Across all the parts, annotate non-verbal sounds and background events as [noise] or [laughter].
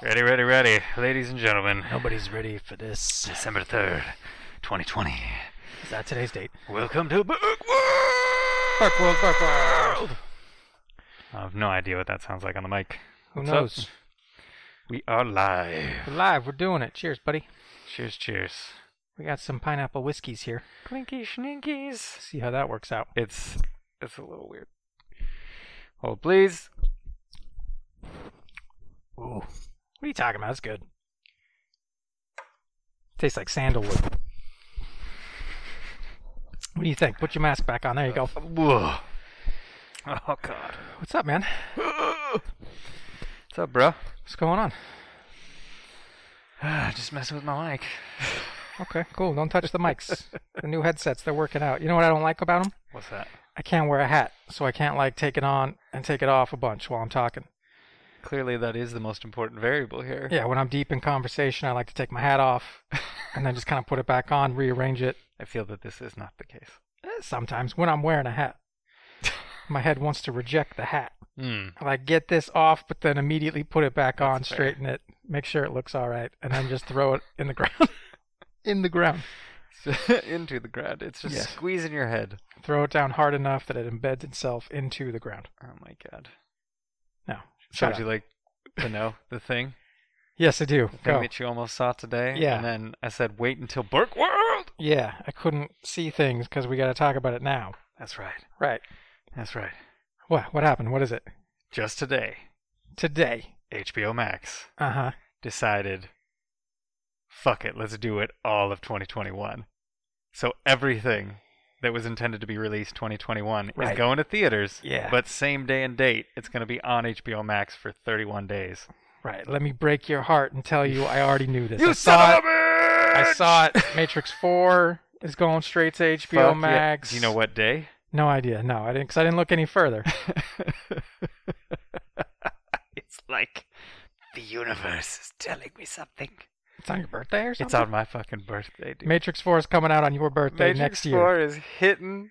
Ready, ready, ready, ladies and gentlemen. Nobody's ready for this. December third, 2020. Is that today's date? Welcome to Berk Bark world, bark world. I have no idea what that sounds like on the mic. Who What's up? knows? We are live. We're live. We're doing it. Cheers, buddy. Cheers, cheers. We got some pineapple whiskeys here. Clinky schninkies. See how that works out. It's it's a little weird. Hold please. Ooh. What are you talking about? It's good. Tastes like sandalwood. What do you think? Put your mask back on. There you go. Whoa. Oh God. What's up, man? What's up, bro? What's going on? [sighs] Just messing with my mic. Okay, cool. Don't touch the [laughs] mics. the new headsets, they're working out. You know what I don't like about them? What's that? I can't wear a hat, so I can't like take it on and take it off a bunch while I'm talking. Clearly, that is the most important variable here. Yeah, when I'm deep in conversation, I like to take my hat off [laughs] and then just kind of put it back on, rearrange it. I feel that this is not the case. Eh, Sometimes when I'm wearing a hat, my head wants to reject the hat. Hmm. [laughs] I Like get this off, but then immediately put it back on, That's fair. straighten it, make sure it looks all right, and then just throw it in the ground. [laughs] in the ground. into the ground. It's just Yes. squeezing your head. Throw it down hard enough that it embeds itself into the ground. Oh my god. No. So Shut would you up. like to know the thing? Yes, I do. The thing Go. that you almost saw today? Yeah. And then I said, wait until Burke World! Yeah, I couldn't see things because we got to talk about it now. That's right. Right. That's right. What? What happened? What is it? Just today, Today. HBO Max Uh huh. decided, fuck it, let's do it all of 2021. So everything that was intended to be released 2021 Right. is going to theaters. Yeah. But same day and date, it's going to be on HBO Max for 31 days. Right. Let me break your heart and tell you I already knew this. You I son saw it. of a bitch! I saw it. Matrix Four is going straight to HBO Fuck yeah. Max. Do you know what day? No idea. No, I didn't. Cause I didn't look any further. [laughs] it's like the universe is telling me something. It's on your birthday or something. [laughs] It's on my fucking birthday, dude. Matrix Four is coming out on your birthday Matrix next year. 4 is hitting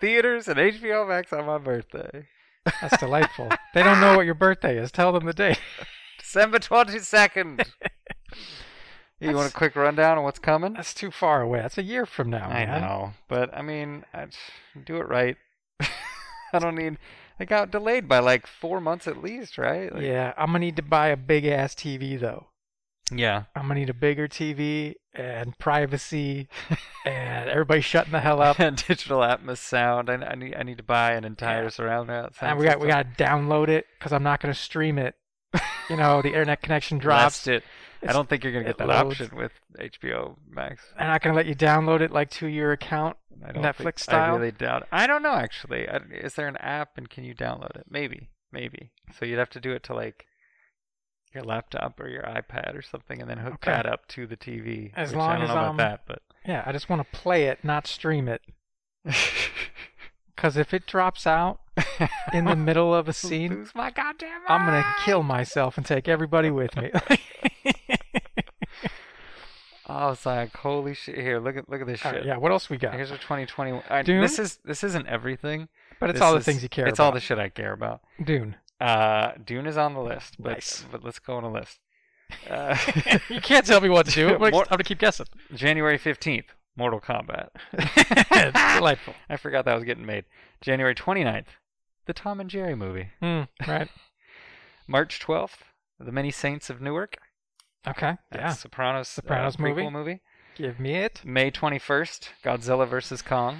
theaters and HBO Max on my birthday. That's delightful. they don't know what your birthday is. Tell them the date. December 22nd. [laughs] you want That's- a quick rundown on what's coming? That's too far away. That's a year from now. I man. know, but I mean, I, do it right. [laughs] I don't need. It got delayed by like four months at least, right? Like- Yeah, I'm gonna need to buy a big ass TV though. Yeah. I'm gonna need a bigger TV and privacy, and everybody shutting the [laughs] hell up. and digital Atmos sound. I, I need I need to buy an entire surround sound. and we got we got to download it because I'm not going to stream it. You know, the internet connection [laughs] drops. dropped it. I It's- don't think you're gonna it get that loads. option with HBO Max. They're not going to let you download it like to your account. I don't Netflix think- style? I really doubt. I don't know actually. I, is there an app and can you download it? Maybe, maybe. So you'd have to do it to like your laptop or your iPad or something, and then hook Okay. that up to the TV. As which I long don't as, know about um, that, but Yeah, I just want to play it, not stream it. Because if it drops out in [laughs] the middle of a scene, lose my goddamn. I'm going to mind. kill myself and take everybody with [laughs] me. I was like, holy shit! Here, look at look at this All shit. right, yeah, what else we got? Here's a 2021. I, Dune? this is this isn't everything. But it's This all the is- things you care It's all about. the shit I care about. [laughs] Dune. [laughs] Uh, Dune is on the list, but Nice. but let's go on a list. [laughs] Uh, you can't tell me what to do. [laughs] Dude, I'm going more- to keep guessing. January 15th, Mortal Kombat. [laughs] it's delightful. I forgot that was getting made. January 29th, the Tom and Jerry movie. Hmm, right. March 12th, The Many Saints of Newark. [laughs] Okay. That's yeah. Sopranos, uh, Sopranos movie. prequel movie. Give me it. May 21st, Godzilla vs Kong.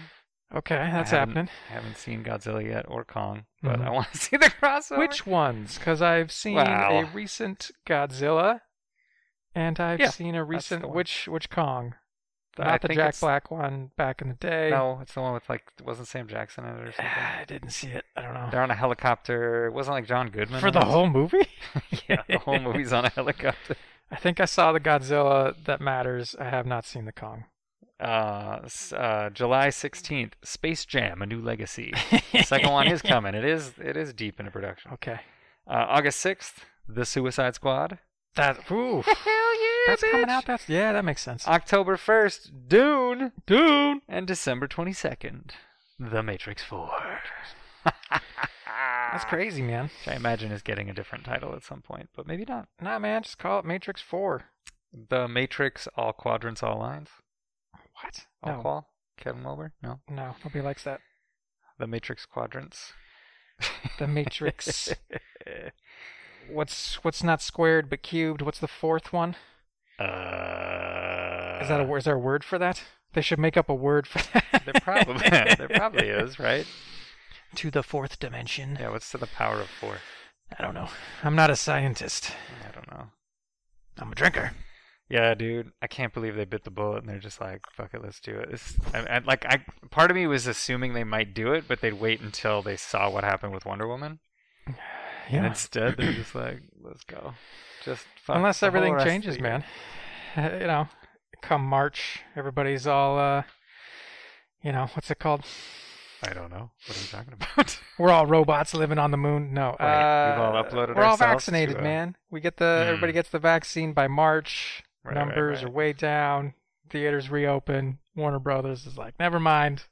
Okay, I that's haven't- happening. I haven't seen Godzilla yet or Kong, but Mhm. I want to [laughs] see the crossover. Which ones? Because I've seen Wow. a recent Godzilla, and I've Yeah, seen a recent the one. which which Kong, I not the think Jack it's- Black one back in the day. [sighs] No, it's the one with like wasn't Sam Jackson in it or something. I didn't see it. I don't know. They're on a helicopter. It wasn't like John Goodman For the was? whole movie, [laughs] yeah, [laughs] the whole movie's on a helicopter. I think I saw the Godzilla that matters. I have not seen the Kong. Uh, s- uh, July sixteenth, Space Jam: A [laughs] New Legacy. The [laughs] second one is coming. It is it is deep into production. Okay, Uh, August sixth, The [laughs] Suicide Squad. that ooh, that's coming out. That's yeah, that makes sense. October first, Dune. [laughs] Dune. And December twenty second, The Matrix Four. [laughs] That's crazy, man. Which I imagine is getting a different title at some point, but maybe not. Nah, man, just call it Matrix Four. The Matrix, all quadrants, all lines, What? all No, qual. Kevin Wilber? No. no, nobody likes that. The Matrix quadrants. The [laughs] Matrix. Uh, what's what's not squared but cubed? What's the fourth one? Uh, Is that a word? Is there a word for that? They should make up a word for that. [laughs] There [laughs] probably there probably is, right? to the fourth dimension. Yeah. What's to the power of four? I don't know. I'm not a scientist. I don't know. I'm a drinker. Yeah, dude, I can't believe they bit the bullet and they're just like, "Fuck it, let's do it." It's, I, I, like, I part of me was assuming they might do it, but they'd wait until they saw what happened with Wonder Woman, and Yeah. instead they're just like, "Let's go." Just fuck Unless the whole everything rest of changes, the man. Uh, you know, come March, everybody's all uh you know, what's it called? year. I don't know what are you talking about. [laughs] We're all robots living on the moon. No, Right, uh, we've all uploaded We're all ourselves to, vaccinated, uh, man. We get the Hmm. everybody gets the vaccine by March. Right, right, Numbers right. are way down. Theaters reopen. Warner Brothers is like, never mind.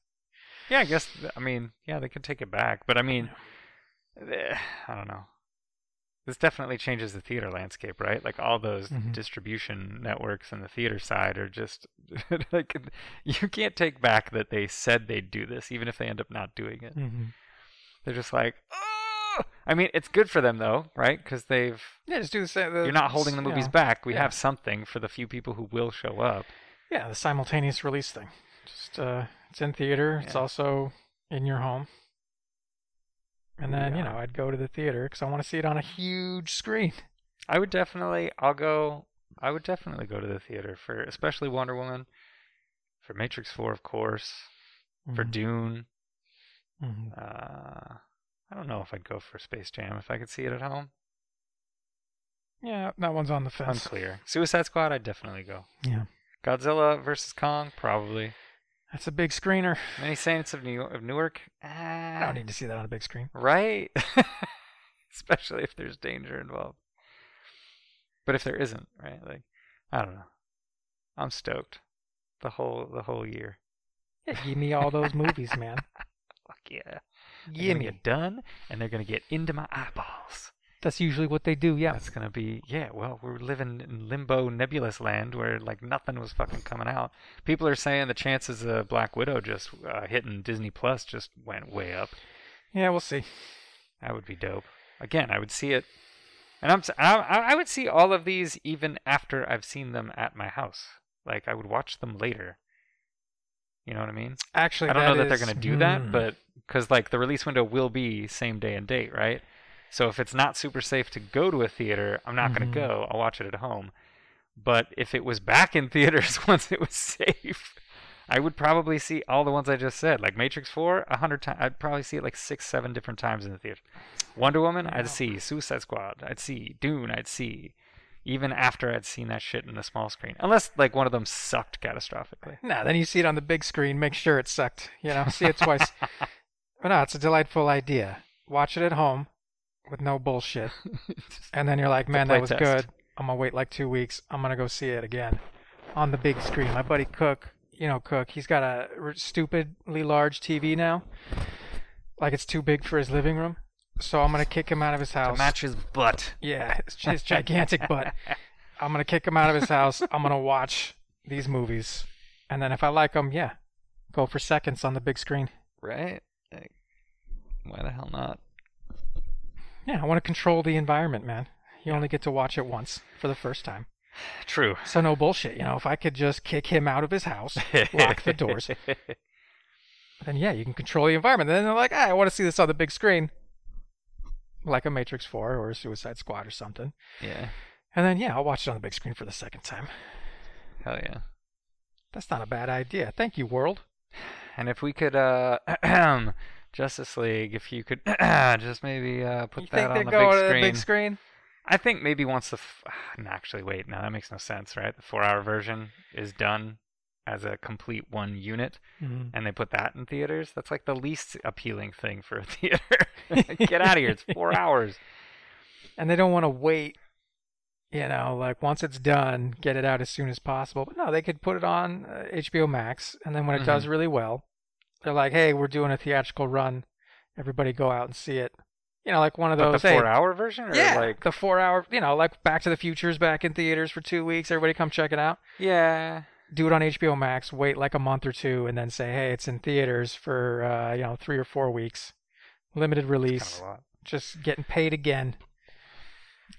Yeah, I guess. th- I mean, yeah, they could take it back, but I mean, eh, I don't know. This definitely changes the theater landscape, right? Like all those Mhm. distribution networks and the theater side are just [laughs] like you can't take back that they said they'd do this, even if they end up not doing Mm. it. They're just like, oh! I mean, it's good for them though, right? Because they've Yeah, just do the same. The, you're not holding the you movies know, back. We yeah. have something for the few people who will show up. Yeah, the simultaneous release thing. Just uh, it's in theater. It's Yeah. also in your home. And then Yeah. you know, I'd go to the theater because I want to see it on a huge screen. I would definitely. I'll go. I would definitely go to the theater for, especially Wonder Woman, for Matrix Four, of course, for Mm-hmm. Dune. Mhm. Uh, I don't know if I'd go for Space Jam if I could see it at home. Yeah, that one's on the fence. Unclear. Suicide Squad, I'd definitely go. Yeah, Godzilla versus Kong, probably. that's a big screener. Many Saints of New of Newark. Ah, I don't need to see that on a big screen. right? [laughs] Especially if there's danger involved. But if there isn't, right? Like, I don't know. I'm stoked. The whole the whole year. Yeah, give me all those movies, man. [laughs] Fuck yeah. They're Give gonna me. get done and they're gonna get into my eyeballs. That's usually what they do. Yeah. That's gonna be yeah, well, we're living in limbo nebulous land where like nothing was fucking coming out. People are saying the chances of Black Widow just uh, hitting Disney Plus just went way up. Yeah, we'll see. That would be dope. Again, I would see it, and I'm s- I, I- I would see all of these even after I've seen them at my house. Like I would watch them later. You know what I mean? Actually, I don't know that is- they're going to do that, Hmm. but because like the release window will be same day and date, right? So if it's not super safe to go to a theater, I'm not going Mhm. to go. I'll watch it at home. But if it was back in theaters [laughs] once it was safe, I would probably see all the ones I just said, like Matrix Four, a hundred times. I'd probably see it like six, seven different times in the theater. Wonder Woman, Wow. I'd see. Suicide Squad, I'd see. Dune, I'd see. Even after I'd seen that shit in the small screen, unless like one of them sucked catastrophically. Nah, then you see it on the big screen, make sure it sucked. You know, see it [laughs] twice. but no, it's a delightful idea. Watch it at home with no [laughs] bullshit. And then you're like, man, that was playtest. good. I'm going to wait like two weeks. I'm going to go see it again on the big screen. My buddy Cook, you know, Cook, he's got a r- stupidly large TV now. Like it's too big for his living room. So I'm going to kick him out of his to house. match his butt. [laughs] Yeah, it's his gigantic butt. I'm gonna kick him out of his house. I'm gonna watch these movies, and then if I like them, yeah, go for seconds on the big screen. Right? Like, why the hell [laughs] not? Yeah, I want to control the environment, man. You only get to watch it once for the first time, True. so no bullshit. You know, if I could just kick him out of his [laughs] house, lock the [laughs] doors, then yeah, you can control the environment. then they're like, ah, I want to see this on the big screen, like a Matrix Four or a Suicide Squad or something. yeah. And then yeah, I'll watch it on the big screen for the second time. Hell yeah. That's not a bad idea. Thank you, world. And if we could, uh, [clears throat] Justice League, if you could [clears throat] just maybe uh, put you that think on the they're going big, to the screen. big screen? I think maybe once the. F- [sighs] no, actually, wait. No, that makes no sense, right? The four hour version is done as a complete one unit, and they put that in theaters. That's like the least appealing thing for a [laughs] theater. Get out of here. It's four hours. [laughs] and they don't want to wait you know like once it's done get it out as soon as possible but no they could put it on uh, hbo max and then when it does really well they're like hey we're doing a theatrical run everybody go out and see it You know, like one of But those. the hey, four-hour version, or yeah, like the four hour, you know, like Back to the Future's back in theaters for two weeks. Everybody come check it out. yeah, Do it on HBO Max. Wait like a month or two, and then say, hey, it's in theaters for uh, you know three or four weeks, limited kind release. of a lot. Just getting paid again.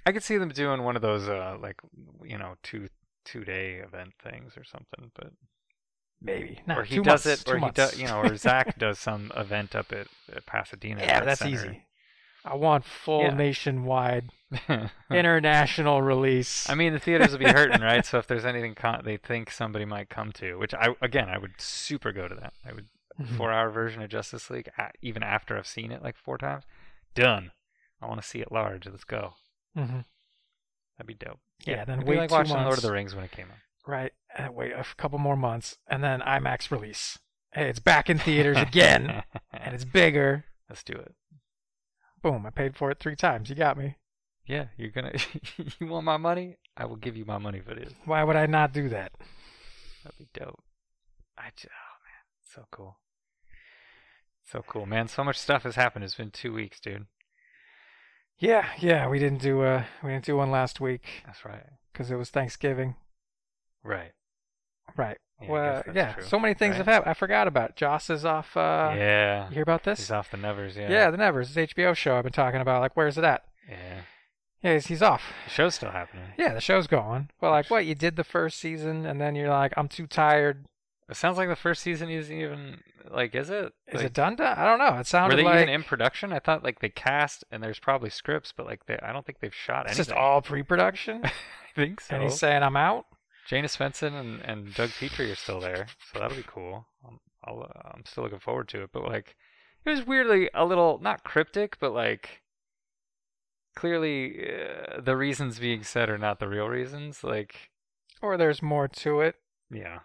I could see them doing one of those, uh, like you know, two two day event things or something. But Maybe. Nah, or he two does months, it, two or he months. does, you know, or Zach [laughs] does some event up at, at Pasadena. yeah, Red that's Center. easy. I want full Yeah. [laughs] nationwide international release. I mean, the theaters will be hurting, right? So if there's anything con- they think somebody might come to, which I again I would super go to that. I would Mhm. four hour version of Justice League, a- even after I've seen it like four times. Done. I want to see it large. Let's go. Mhm. That'd be dope. Yeah, then it'd be wait like two watching Lord months. of the Rings when it came out. right? And wait a couple more months, and then IMAX release. Hey, it's back in theaters again, [laughs] and it's bigger. Let's do it. Boom! I paid for it three times. You got me. Yeah, you're gonna. [laughs] you want my money? I will give you my money for this. Why would I not do that? That'd be dope. I just, oh man, so cool. So cool, man. So much stuff has happened. It's been two weeks, dude. Yeah, yeah. We didn't do uh, we didn't do one last week That's right. because it was Thanksgiving. Right. Right. Yeah, I well, guess that's yeah. true, So uh, many things right? have happened. I forgot about. It. Joss is off. Uh, yeah. You hear about this? He's off the numbers. Yeah. yeah, the Nevers. It's HBO show I've been talking about. Like, where's it at? Yeah. Yeah, he's, he's off. The show's still happening. Yeah, the show's going. But like, what you did the first season, and then you're like, I'm too tired. It sounds like the first season isn't even like, is it? Is Like, it done? done? I don't know. It sounded Were they like even in production? I thought like they cast and there's probably scripts, but like they, I don't think they've shot it's anything. just all pre-production. [laughs] I think so. And he's saying, I'm out. Jane Svensson and, and Doug Petrie are still there, so that'll be cool. I'm, I'll, uh, I'm still looking forward to it, but like, it was weirdly a little not cryptic, but like, clearly uh, the reasons being said are not the real reasons. Like, Or there's more to it. yeah,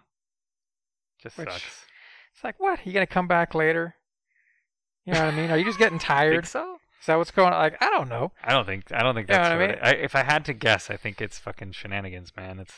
just Which- sucks. It's like, what? You gonna come back later? You know what I mean? Are you just [laughs] getting tired? Think so? Is that what's going on? Like, I don't know. I don't think I don't think You know that's what I what mean? I I, if I had to guess, I think it's fucking shenanigans, man. It's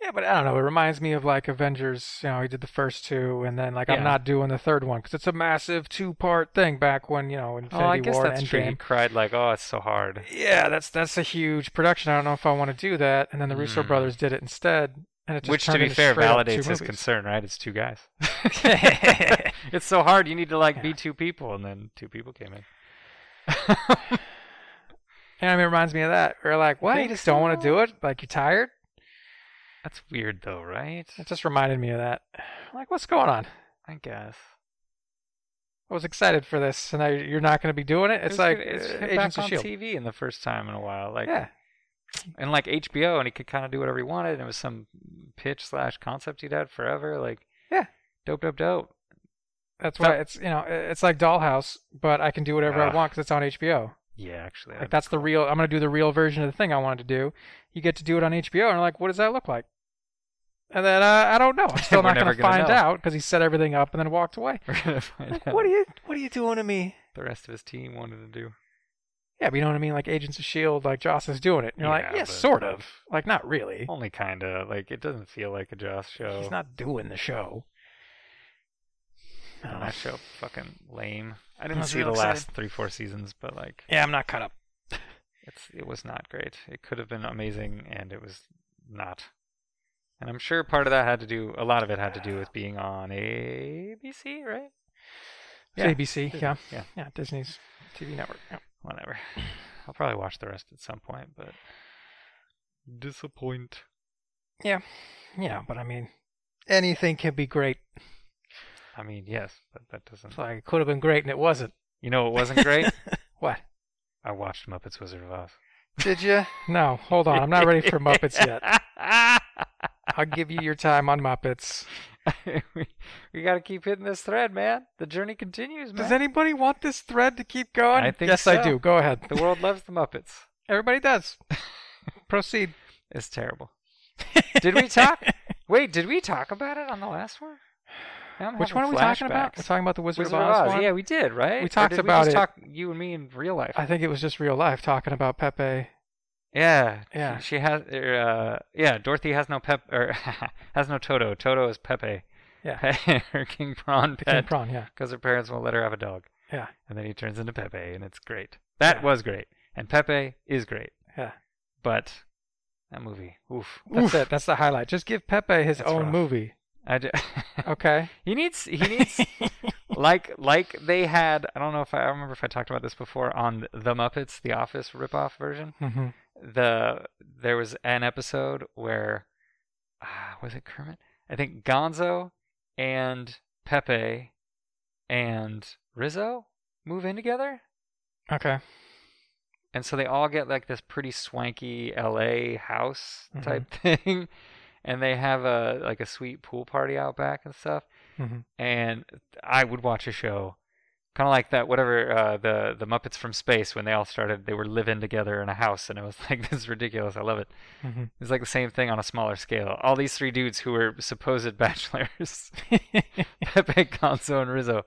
Yeah, but I don't know. It reminds me of like Avengers. You know, he did the first two, and then like I'm Yeah. not doing the third one because it's a massive two-part thing. Back when you know Infinity oh, I guess War that's and true. He Endgame. cried like, oh, it's so hard. Yeah, that's that's a huge production. I don't know if I want to do that. And then the Russo Mm. brothers did it instead, and it just Which, to turned be into fair, straight up two validates his movies. concern, right? It's two guys. [laughs] it's so hard. You need to like be Yeah. two people, and then two people came in. And I mean, it reminds me of that. We're like, what? You think just don't want to so? do it? Like you're tired? That's weird, though, right? It just reminded me of that. Like, what's going on? I guess. I was excited for this, and now you're you're not going to be doing it. It's It was like good- it's uh, hit Agents back of on Shield. TV in the first time in a while, like yeah, and like HBO, and he could kind of do whatever he wanted. And it was some pitch slash concept he'd had forever, like Yeah. dope, dope, dope. that's Fel- why it's you know i- it's like Dollhouse, but I can do whatever I Ugh. want because it's on HBO. Yeah, actually, Like that's the real. I'm going to do the real version of the thing I wanted to do. You get to do it on HBO, and I'm like, what does that look like? And then uh, I don't know. I'm [laughs] still We're not going never to gonna find know. out because he set everything up and then walked [laughs] away. We're gonna find Like, out what are you? What are you doing to me? the rest of his team wanted to do. Yeah, but you know what I mean. Like Agents of Shield, like Joss is doing it. And you're like, Yeah, yeah, but- Oh, sort of. Like not really. Only kind of like it doesn't feel like a Joss show. He's not doing the show. I And don't know. that show fucking lame. I didn't was see the real last three, four seasons, but like Yeah, I'm not caught up. it's it was not great. It could have been amazing, and it was not. And I'm sure part of that had to do, a lot of it had to do with being on ABC, right? It's Yeah. ABC. Yeah, Yeah, yeah, Disney's TV network. Yeah. whatever. I'll probably watch the rest at some point, but disappoint. yeah, but I mean, anything can be great. I mean, yes, but that doesn't. It's like it could have been great and it wasn't. You know, it [laughs] wasn't great. What? I watched Muppets Wizard [laughs] of Oz. [laughs] Did you? No, hold on. I'm not ready for Muppets yet. I'll give you your time on Muppets. we, we got to keep hitting this thread, man. The journey continues, man. Does anybody want this thread to keep going? I think yes, I so. do. Go ahead. the world loves the Muppets. Everybody does. Proceed. [laughs] It's terrible. Did we talk? Wait, did we talk about it on the last one? Now I'm Which one are having we talking about? We're flashbacks. talking about the Wizard, Wizard of Oz. one? Yeah, we did, right? We Or talked did about just it. Talk, you and me in real life. I think it was just real life talking about Pepe. yeah, Yeah. She, she has. er, Uh, yeah, Dorothy has no Pep or [laughs] has no Toto. Toto is Pepe. [laughs] Yeah. her King Prawn The King pet Prawn, yeah. because her parents won't let her have a dog. Yeah. And then he turns into Pepe, and it's great. That Yeah. was great, and Pepe is great. Yeah. But that movie, oof. That's Oof. it. That's the highlight. Just give Pepe his That's own rough. movie. I ju- [laughs] [laughs] Okay. he needs. [laughs] He needs. like like they had. I don't know if I, I don't remember if I talked about this before on the Muppets, the Office ripoff version. Mhm. the there was an episode where uh, was it Kermit? I think Gonzo and Pepe and Rizzo move in together, Okay. and so they all get like this pretty swanky LA house type [laughs] thing, and they have a like a sweet pool party out back and stuff. Mhm. And I would watch a show. Kind of like that, whatever uh, the the Muppets from Space when they all started, they were living together in a house, and it was [laughs] like this is ridiculous. I love it. Mhm. It's like the same thing on a smaller scale. All these three dudes who were supposed [laughs] bachelors, Pepe, Gonzo, and Rizzo,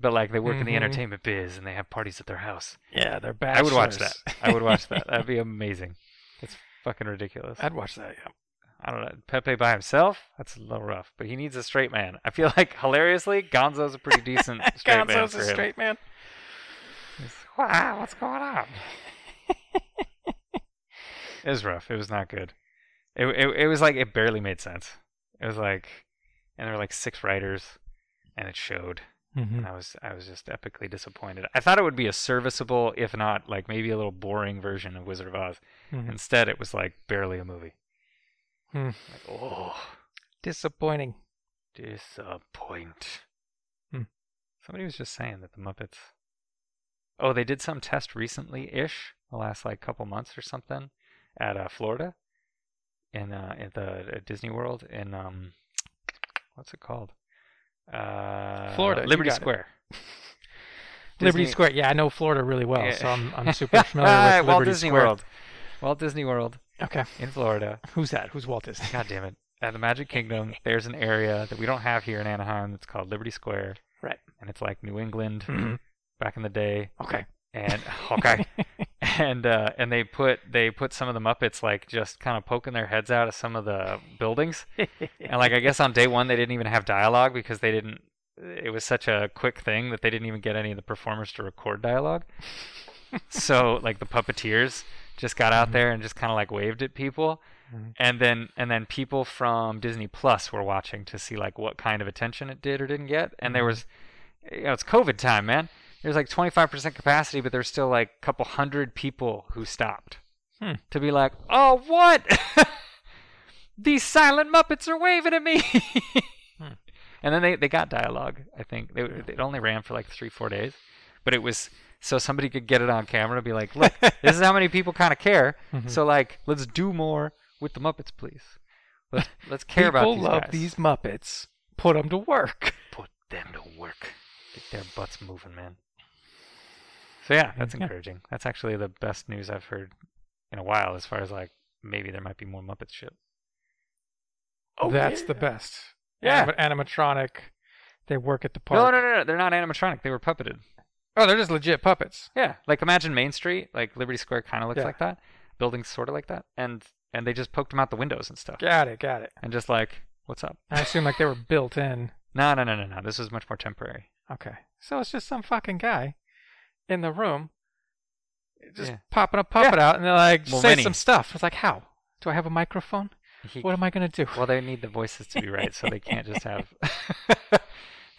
but like they work in the Mhm. entertainment biz and they have parties at their house. yeah, they're bad. I would watch that. I would watch that. That'd be amazing. It's fucking ridiculous. I'd watch that. Yeah. I don't know. Pepe by himself? That's a little rough, but he needs a straight man. I feel like hilariously, Gonzo's a [laughs] pretty decent straight man Gonzo's for a him. straight man. It's- Wow, what's going [laughs] on? it was rough. It was not good. It, it it was like it barely made sense. It was like, and there were like six writers, and it showed. Hmm. Mm-hmm. And I was I was just epically disappointed. I thought it would be a serviceable, if not like maybe a little boring version of Wizard of Oz. Mhm. Instead, it was like barely a movie. Hmm. Like, oh, Disappointing. disappoint. Hmm. Somebody was just saying that the Muppets. Oh, they did some test recently ish, the last like couple months or something, at uh, Florida, in uh, at the at Disney World in um, what's it called? Uh, Florida, you Liberty got it. Square. Liberty Disney- Square. Yeah, I know Florida really well, Yeah. so I'm, I'm super [laughs] familiar with Walt Liberty Disney Square. World. Walt Disney World Okay. in Florida. Who's that? Who's Walt [laughs] Disney? God damn it. At the Magic Kingdom, there's an area that we don't have here in Anaheim that's called Liberty Square. Right. And it's like New England Mhm. back in the day. Okay. And okay. and uh, and they put they put some of the Muppets like just kind of poking their heads out of some of the buildings. And like I guess on day one they didn't even have dialogue because they didn't it was such a quick thing that they didn't even get any of the performers to record dialogue. so like the puppeteers just got out there and just kind of like waved at people Mhm. and then and then people from Disney Plus were watching to see like what kind of attention it did or didn't get and there was you know it's covid time man there's like 25% capacity but there's still like a couple hundred people who stopped Hmm. to be like oh what [laughs] these silent muppets are waving at me Hmm. and then they, they got dialogue i think they, it only ran for like three four days but it was so somebody could get it on camera and be like [laughs] look this is how many people kind of care Mm-hmm. so like let's do more with the muppets please let's, let's care People about these love guys. these Muppets. Put them to work. put them to work get their butts moving man so yeah that's Yeah. encouraging that's actually the best news i've heard in a while as far as like maybe there might be more muppet shit Oh, That's the best. Yeah. Anima- animatronic. They work at the park. no, no no no they're not animatronic they were puppeted Oh, they're just legit puppets. Yeah, like imagine Main Street, like Liberty Square, kind of looks Yeah. like that. Buildings sort of like that, and and they just poked them out the windows and stuff, Got it. Got it. and just like, what's up? I assume like they were built in. No, no, no, no, no. This was much more temporary. Okay. So it's just some fucking guy in the room just Yeah. popping a puppet out and they're like, Well, say many. some stuff. It's like, how? Do I have a microphone? He- What am I going to do? well, they need the voices to be right, so they can't just have. [laughs] [laughs] so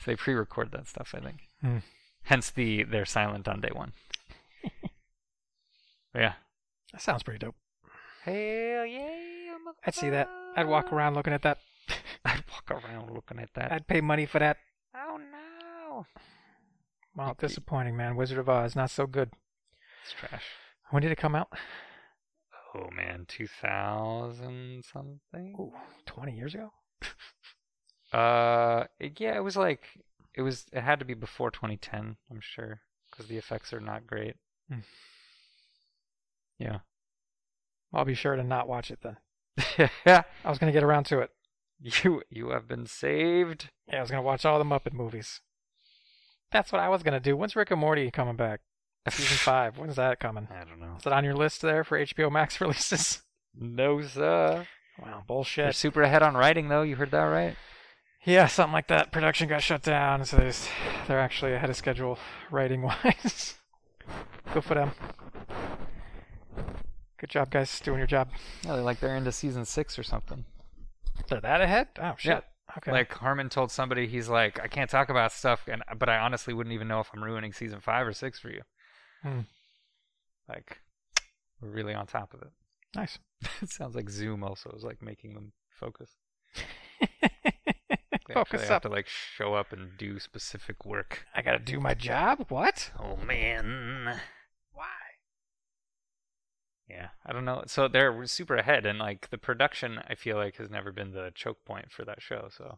they pre-record that stuff, I think. Hmm. Hence the they're silent on day [laughs] one. But yeah. That sounds pretty dope. Hell yeah! I'd see that. I'd walk around looking at that. I'd walk around looking at that. I'd pay money for that. Oh no! Well, disappointing, man. Wizard of Oz, not so good. It's trash. When did it come out? Oh man, two thousand something. Ooh, 20 years ago? Uh, it- yeah, it was like it was. It had to be before 2010, I'm sure, because the effects are not great. [laughs] Hmm. Yeah, I'll be sure to not watch it then. yeah. I was going to get around to it. You you have been saved. Yeah, I was going to watch all the Muppet movies. That's what I was going to do. When's Rick and Morty coming back? [laughs] Season 5. When's that coming? I don't know. Is it on your list there for HBO Max [laughs] releases? No sir. Wow, They're bullshit. super ahead on writing though. You heard that right? Yeah, something like that. Production got shut down, so there's, they're actually ahead of schedule writing [laughs] wise. Good for them. Good job, guys, doing your job. Yeah, they're like they're into season six or something. They're that ahead? Oh, shit. Okay. Like Harmon told somebody, he's like, I can't talk about stuff, and but I honestly wouldn't even know if I'm ruining season five or six for you. Hmm. Like, we're really on top of it. [laughs] nice. [laughs] it sounds like Zoom also is like making them focus. They [laughs] Focus actually up. have to like show up and do specific work. I gotta do my job? What? Oh man. Why? Yeah, I don't know. So they're super ahead, and like the production, I feel like has never been the choke point for that show. So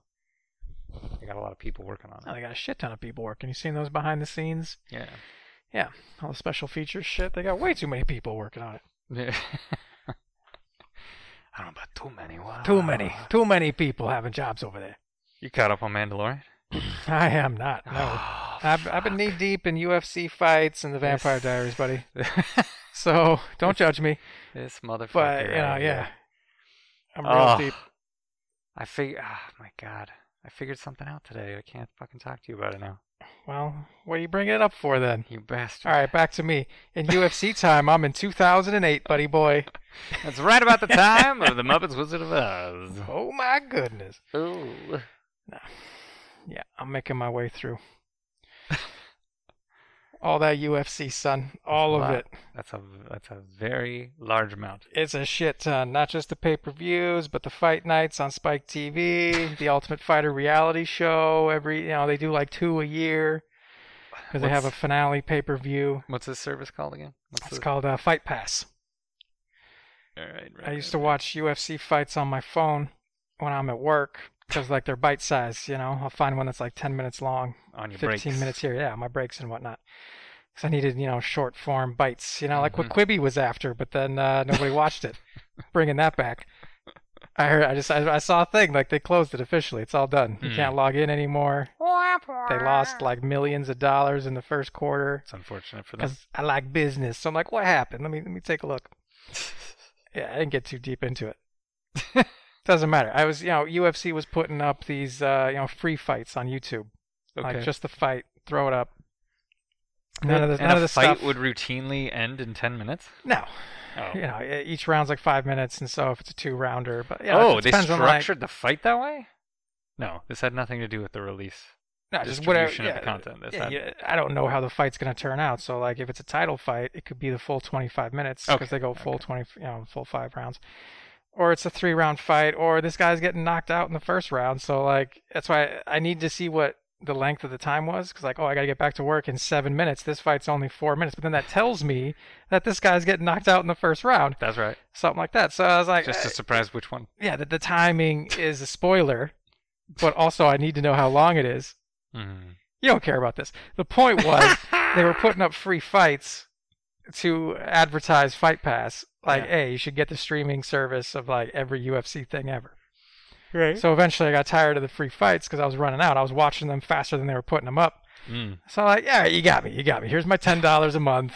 they got a lot of people working on Oh, it. they got a shit ton of people working. You seen those behind the scenes? Yeah. All the special features shit? They got way too many people working on it. Yeah. [laughs] I don't know about too many. Wow. Too many. Too many people having jobs over there. You caught up on Mandalorian? I am not. No. Oh, I've, I've been knee deep in UFC fights and the Vampire Yes. Diaries, buddy. fuck. So don't judge me. [laughs] this motherfucker. But, you know, right here. yeah. I'm real Oh, deep. I fig. Oh my god. I figured something out today. I can't fucking talk to you about it now. Well, what are you bringing it up for then? You bastard. All right, back to me. In [laughs] UFC time, I'm in 2008, buddy boy. That's right about the time of the Muppets Wizard of [laughs] Oz. Oh my goodness. Ooh. No. Yeah, I'm making my way [laughs] through. All that UFC, son. All of Wow. it. That's a that's a very large amount. It's a shit ton. Not just the pay per views, but the fight nights on Spike TV, [laughs] the Ultimate Fighter reality show. Every, you know, they do like two a year because they have a What's- finale pay per view. What's this service called again? What's It's the- called uh, Fight Pass. All right, right, I used to right. watch UFC fights on my phone when I'm at work because, like, they're bite sized, you know? I'll find one that's like 10 minutes long. on your 15 breaks. minutes here, yeah, my breaks and whatnot. Because I needed, you know, short form bites, you know, like Mhm. what Quibi was after, but then uh, nobody watched [laughs] it. Bringing that back. I heard, I just, I, I saw a thing, like they closed it officially. It's all done. You Hmm. can't log in anymore. They lost like millions of dollars in the first quarter It's unfortunate for them. because I like business. So I'm like, what happened? Let me, let me take a look. Yeah, I didn't get too deep into it. Doesn't matter. I was, you know, UFC was putting up these, uh, you know, free fights on YouTube. [laughs] okay. Like just the fight, throw it up. And None of a- the and none a of the fight stuff would routinely end in [laughs] ten minutes. No, Oh, you know, e- each round's like five minutes, and so if it's a two rounder, but yeah, oh it they depends on, like- structured the fight that way. No, this had nothing to do with the release no, just whatever. distribution Yeah, of the content. This yeah, had- yeah, I don't know how the fight's gonna turn out. So like, if it's a title fight, it could be the full twenty-five minutes because Okay, they go full okay. twenty, you know, full five rounds. Or it's a three-round fight, or this guy's getting knocked out in the first round. So like, that's why I need to see what the length of the time was because like, oh, I gotta get back to work in seven minutes. This fight's only four minutes, but then that tells me that this guy's getting knocked out in the first round, That's right. something like that. So I was like, Just eh, to surprise which one. yeah, the, the timing is a spoiler, but also I need to know how long it is. Mm. You don't care about this. The point [laughs] was they were putting up free fights to advertise Fight Pass. Like, Yeah. hey, you should get the streaming service of like every UFC thing ever. right. So eventually, I got tired of the free fights because I was running out. I was watching them faster than they were putting them up. Mm. So I'm like, yeah, you got me, you got me. Here's my ten dollars a month,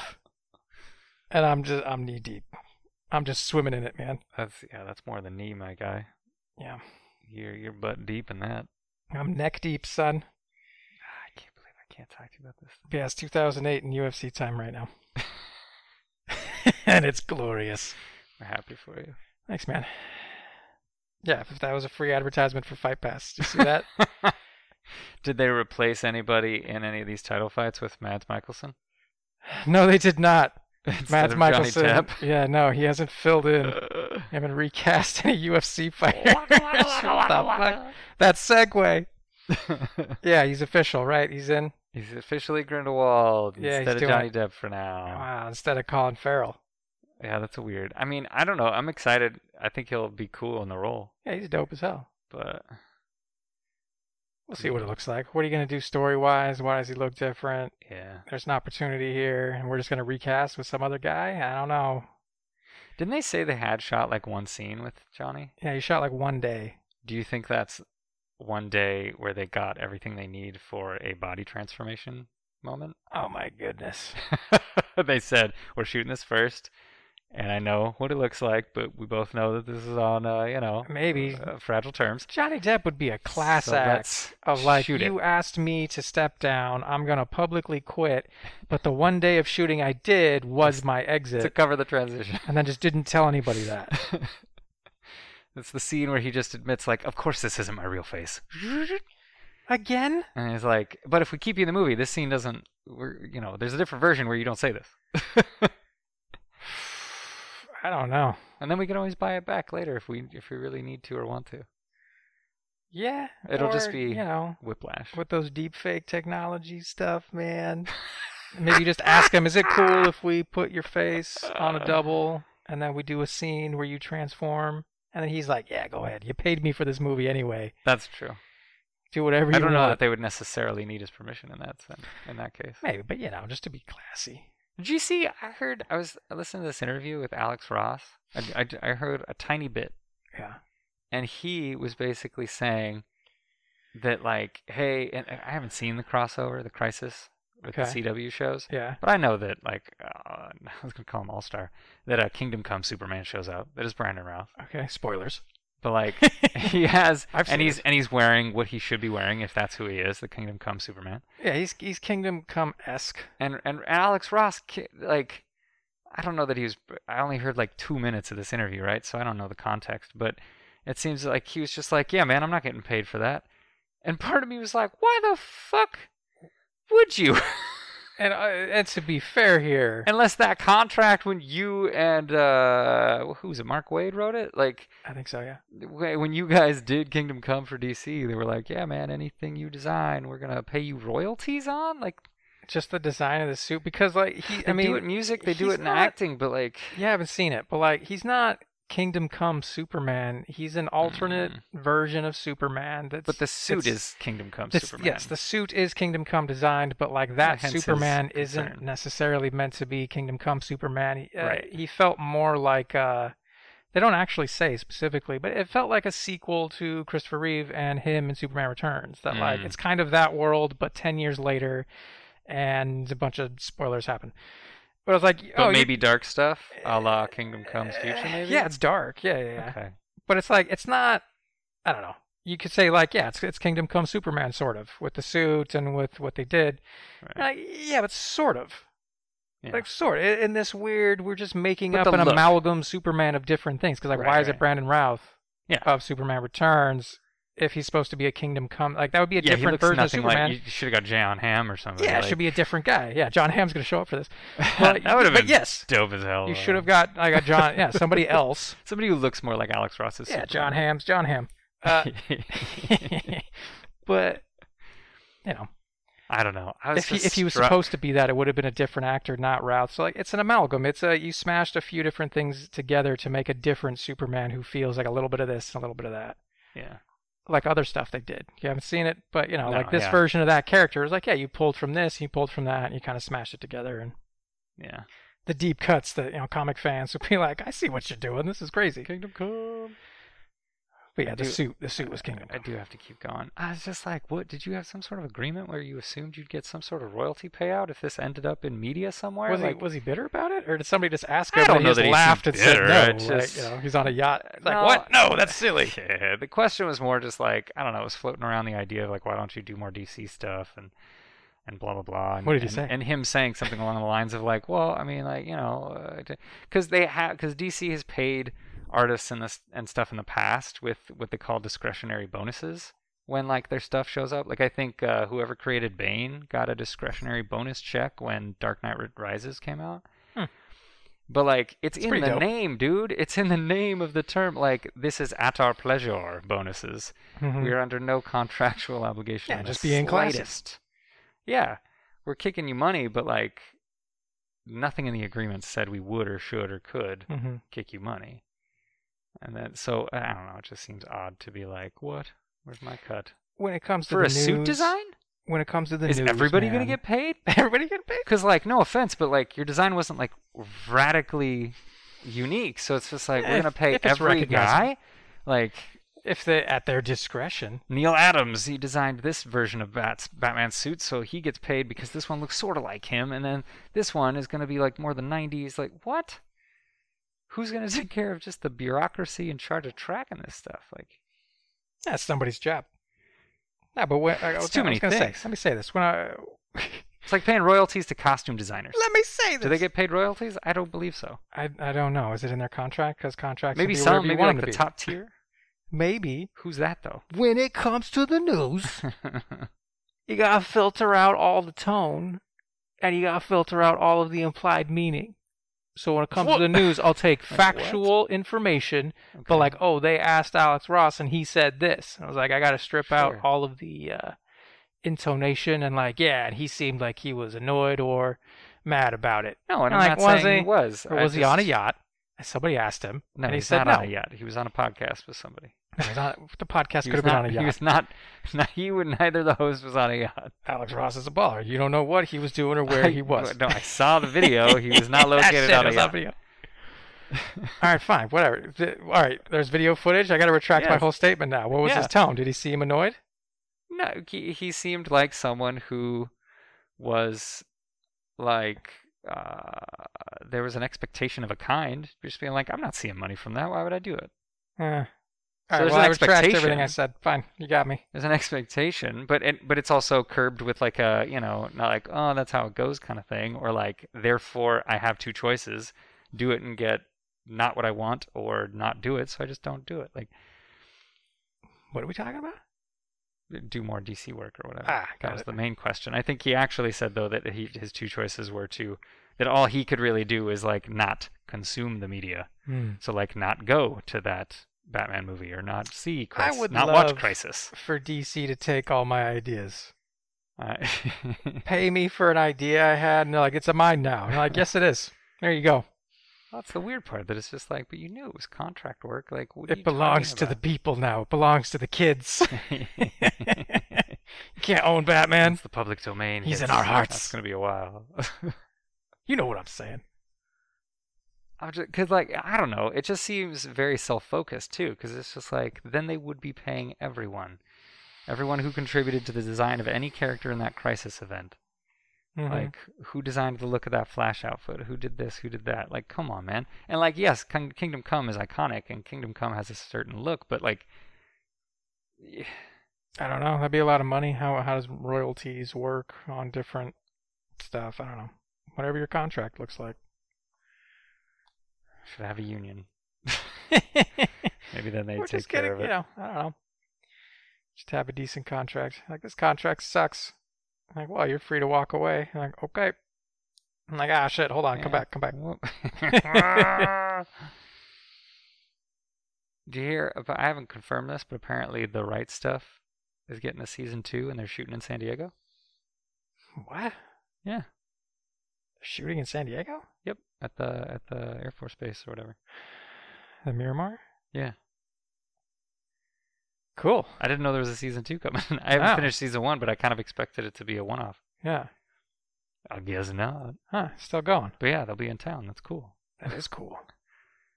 and I'm just I'm knee deep. I'm just swimming in it, man. That's yeah. That's more than knee, my guy. Yeah, You're you're butt deep in that. I'm neck deep, son. Ah, I can't believe I can't talk to you about this. Yeah, it's 2008 in UFC time right now. [laughs] and it's glorious. We're happy for you. Thanks, man. Yeah, if that was a free advertisement for Fight Pass, did you see that? [laughs] [laughs] Did they replace anybody in any of these title fights with Mads Mikkelsen? [laughs] no, they did not. Instead Matt of Michelson. Johnny Depp? [laughs] Yeah, no, he hasn't filled in. [laughs] [laughs] Uh, They haven't recast any UFC fighters. [laughs] what the fuck? That segue. Yeah, he's official, right? He's in. he's officially Grindelwald Yeah, he's instead of doing Johnny it. Depp for now. Wow, instead of Colin Farrell. Yeah, that's weird. I mean, I don't know. I'm excited. I think he'll be cool in the role, Yeah, he's dope as hell. but We'll see what it looks like. What are you going to do story wise? Why does he look different? yeah. There's an opportunity here, and we're just going to recast with some other guy? I don't know. Didn't they say they had shot like one scene with Johnny? Yeah, he shot like one day. Do you think that's one day where they got everything they need for a body transformation moment? [laughs] Oh my goodness. they said, "We're shooting this first. and I know what it looks like, but we both know that this is on, uh, you know, Maybe. uh, fragile terms. Johnny Depp would be a class So act let's of like, shoot it. you asked me to step down. I'm going to publicly quit. But the one day of shooting I did was my [laughs] to exit. cover the transition. And then just didn't tell anybody [laughs] that. It's the scene where he just admits, like, of course this isn't my real face. Again? And he's like, but if we keep you in the movie, this scene doesn't, we're, you know, there's a different version where you don't say this. [sighs] I don't know. And then we can always buy it back later if we if we really need to or want to. Yeah. It'll just or, be- You know, Whiplash. with those deep fake technology stuff, man. [laughs] Maybe just ask him, is it cool if we put your face on [sighs] a double and then we do a scene where you transform? And then he's like, yeah, go ahead. You paid me for this movie anyway. That's true. Do whatever you I don't know want. that they would necessarily need his permission in that sense, in that case. Maybe, but you know, just to be classy. Did you see? I heard. I was I listened to this interview with Alex Ross. I, I, I heard a tiny bit, Yeah. and he was basically saying that like, hey, and I haven't seen the crossover, the Crisis with Okay. the CW shows, Yeah. but I know that like, uh, [laughs] I was gonna call him All Star, that uh, Kingdom Come Superman shows up. That is Brandon Routh, Okay. [laughs] Spoilers. but like. he has I've seen and he's and he's wearing what he should be wearing if that's who he is the kingdom come superman Yeah, he's he's Kingdom Come esque. and and alex ross ki- like i don't know that he was i only heard like two minutes of this interview right so i don't know the context but it seems like he was just like yeah man i'm not getting paid for that and part of me was like why the fuck would you [laughs] And uh, and to be fair here, unless that contract when you and uh who was it mark wade wrote it like I think so. Yeah. Wh- when you guys did Kingdom Come for DC, they were like, "Yeah, man, anything you design, we're gonna pay you royalties on." Like Just the design of the suit because like he, they I mean, do it in music, they do he's it in not- acting, but like, yeah, I haven't seen it, but like he's not Kingdom Come Superman. He's an alternate version of Superman. That's Mm. but the suit it's- is Kingdom Come this- Superman. Yes, the suit is Kingdom Come designed, but like that Hence his Superman isn't concern. necessarily meant to be Kingdom Come Superman. He, uh, Right. he felt more like uh, they don't actually say specifically, but it felt like a sequel to Christopher Reeve and him in Superman Returns. That like Mm. it's kind of that world, but ten years later, and a bunch of spoilers happen. But I was like, but oh, maybe dark stuff, a la you, Kingdom Come's future, [sighs] maybe. yeah, it's dark. Yeah, yeah, yeah. Okay. But it's like it's not. I don't know. You could say like, yeah, it's it's Kingdom Come Superman sort of with the suit and with what they did. Right. Like, yeah, but sort of. Yeah. Like sort of. in this weird, we're just making But up the an look. amalgam Superman of different things. Because like, Right, why is it right. Brandon Routh Yeah. of Superman Returns if he's supposed to be a Kingdom Come? Like that would be a yeah, he different looks version of nothing Superman. like. You should have got Jon Hamm or something. yeah, like, it should be a different guy. Yeah, John Hamm's gonna show up for this. But- [laughs] that would have but been yes, dope as hell. You though. should have got I got John. Yeah, [laughs] somebody else. somebody who looks more like Alex Ross is. yeah, John [laughs] Ham's John Ham. Uh, [laughs] but you know, I don't know. I was if he, just if he was struck- supposed to be that, it would have been a different actor, not Routh. So like, it's an amalgam. It's a you smashed a few different things together to make a different Superman who feels like a little bit of this and a little bit of that, yeah. like other stuff they did. You haven't seen it, but you know, No, like this yeah. version of that character is like, yeah, you pulled from this, you pulled from that, and you kind of smashed it together. And Yeah. the deep cuts that you know comic fans [laughs] would be like, I see what you're doing. This is crazy. Kingdom Come. But yeah, I the do- suit, the suit was Kingdom. I do have to keep going. I was just like, what? Did you have some sort of agreement where you assumed you'd get some sort of royalty payout if this ended up in media somewhere? Was like, he was he bitter about it, or did somebody just ask him? I don't and he know just that he laughed seemed and bitter, said I no. just- Like, you know, he's on a yacht. It's like No, what? No, that's silly. [laughs] Yeah, the question was more just like, I don't know, it was floating around the idea of like, why don't you do more DC stuff and and blah blah blah. And, What did he and, say? And him saying something along the lines of like, well, I mean, like you know, because they have because DC has paid artists and this and stuff in the past with what they call discretionary bonuses when like their stuff shows up. Like I think uh, whoever created Bane got a discretionary bonus check when Dark Knight Rises came out. Hmm. But like it's, It's in pretty the dope. name, dude. It's in the name of the term. Like this is at our pleasure bonuses. Mhm. We are under no contractual obligation. Yeah, in the just being classy. slightest. Yeah, we're kicking you money, but like nothing in the agreement said we would or should or could Mhm. kick you money. And then so I don't know. It just seems odd to be like, what? Where's my cut When it comes to for the a suit news- design? when it comes to the Is news, everybody man, gonna get paid? [laughs] everybody get paid? Because like, no offense, but like your design wasn't like radically unique. So it's just like If- we're gonna pay Eh, if it's every recognizable. guy. Like If they at their discretion. Neil Adams, he designed this version of Bat's Batman suit, so he gets paid because this one looks sort of like him, and then this one is gonna [laughs] be like more the '90s. Like what? who's going to take care of just the bureaucracy in charge of tracking this stuff? Like, That's somebody's job. Yeah, but when, I, I It's was, I too was many gonna say, things. let me say this. When [laughs] I, it's like paying royalties to costume designers. let me say this. Do they get paid royalties? I don't believe so. I, I don't know. Is it in their contract? Because contracts Maybe can be some, whatever you maybe want like them the to be. top tier. Maybe Who's that [laughs] though? when it comes to the [laughs] news, you gotta filter out all the tone, and you gotta filter out all of the implied meaning. So when it comes What? to the news, I'll take what? factual information, but Okay. like, oh, they asked Alex Ross and he said this. And I was like, I gotta strip out Sure. all of the uh, intonation and like, yeah, and he seemed like he was annoyed or mad about it. no, and I'm I'm like, not was saying he he- was. Or I was he on a just- yacht? And somebody asked him, No, and he he's said not no. on a yacht. He was on a podcast with somebody. He was on- the podcast He could have was been not- on a yacht. [laughs] He was not. not- he would neither. of The host was on a yacht. Alex Ross is a baller. You don't know what he was doing or [laughs] where I- [laughs] he was. No, I saw the video. He was not [laughs] That located shit on a was on yacht. video. [laughs] All right, fine, whatever. Th- All right, there's video footage. I got to retract my Yes. whole statement now. What was his Yeah. tone? Did he seem annoyed? No, he, he seemed like someone who was like uh, there was an expectation of a kind, just being like, I'm not seeing money from that. Why would I do it? Uh, all right, there's well, an I retract everything expectation. I said. Fine, you got me. There's an expectation, but it, but it's also curbed with like a you know not like oh that's how it goes kind of thing, or like therefore I have two choices: do it and get not what I want, or not do it. So I just don't do it. Like What are we talking about? do more DC work or whatever. Ah, got that was it. the main question. I think he actually said though that he, his two choices were to that all he could really do is like not consume the media, so like not go to that Batman movie or not see Crisis, would not watch love- Crisis. For DC to take all my ideas, Uh, [laughs] pay me for an idea I had, and they're like, "It's a mine now." And I'm like, "Yes, it is." There you go. that's the weird part that it's just like, but you knew it was contract work. Like what are It you belongs to talking the people now. It belongs to the kids. [laughs] about? You can't own Batman. It's the public domain. He's in It's- our hearts. That's gonna be a while. You know what I'm saying. [laughs] I'm just because like I don't know. It just seems very self-focused too. Because it's just like then they would be paying everyone, everyone who contributed to the design of any character in that crisis event. Mhm. Like who designed the look of that Flash outfit? Who did this? Who did that? Like come on, man. And like yes, King- Kingdom Come is iconic, and Kingdom Come has a certain look, but like. I don't know. That'd be a lot of money. How how does royalties work on different stuff? I don't know. Whatever your contract looks like. Should have a union. Maybe then they We're take just care getting, of you it. know, I don't know. Just have a decent contract. Like this contract sucks. I'm like, well, you're free to walk away. I'm like, okay. I'm like, ah, shit. Hold on, come Yeah. back, come back. [laughs] Whoop. [laughs] Do you hear? ab- I haven't confirmed this, but apparently the right stuff is getting a season two, and they're shooting in San Diego. What? Yeah. Shooting in San Diego? Yep, at the at the Air Force Base or whatever. The Miramar? Yeah, Cool. I didn't know there was a season two coming. [laughs] I haven't Wow. finished season one, but I kind of expected it to be a one-off. Yeah. I guess not. Huh? Still going. But yeah, they'll be in town. That's cool. That is cool.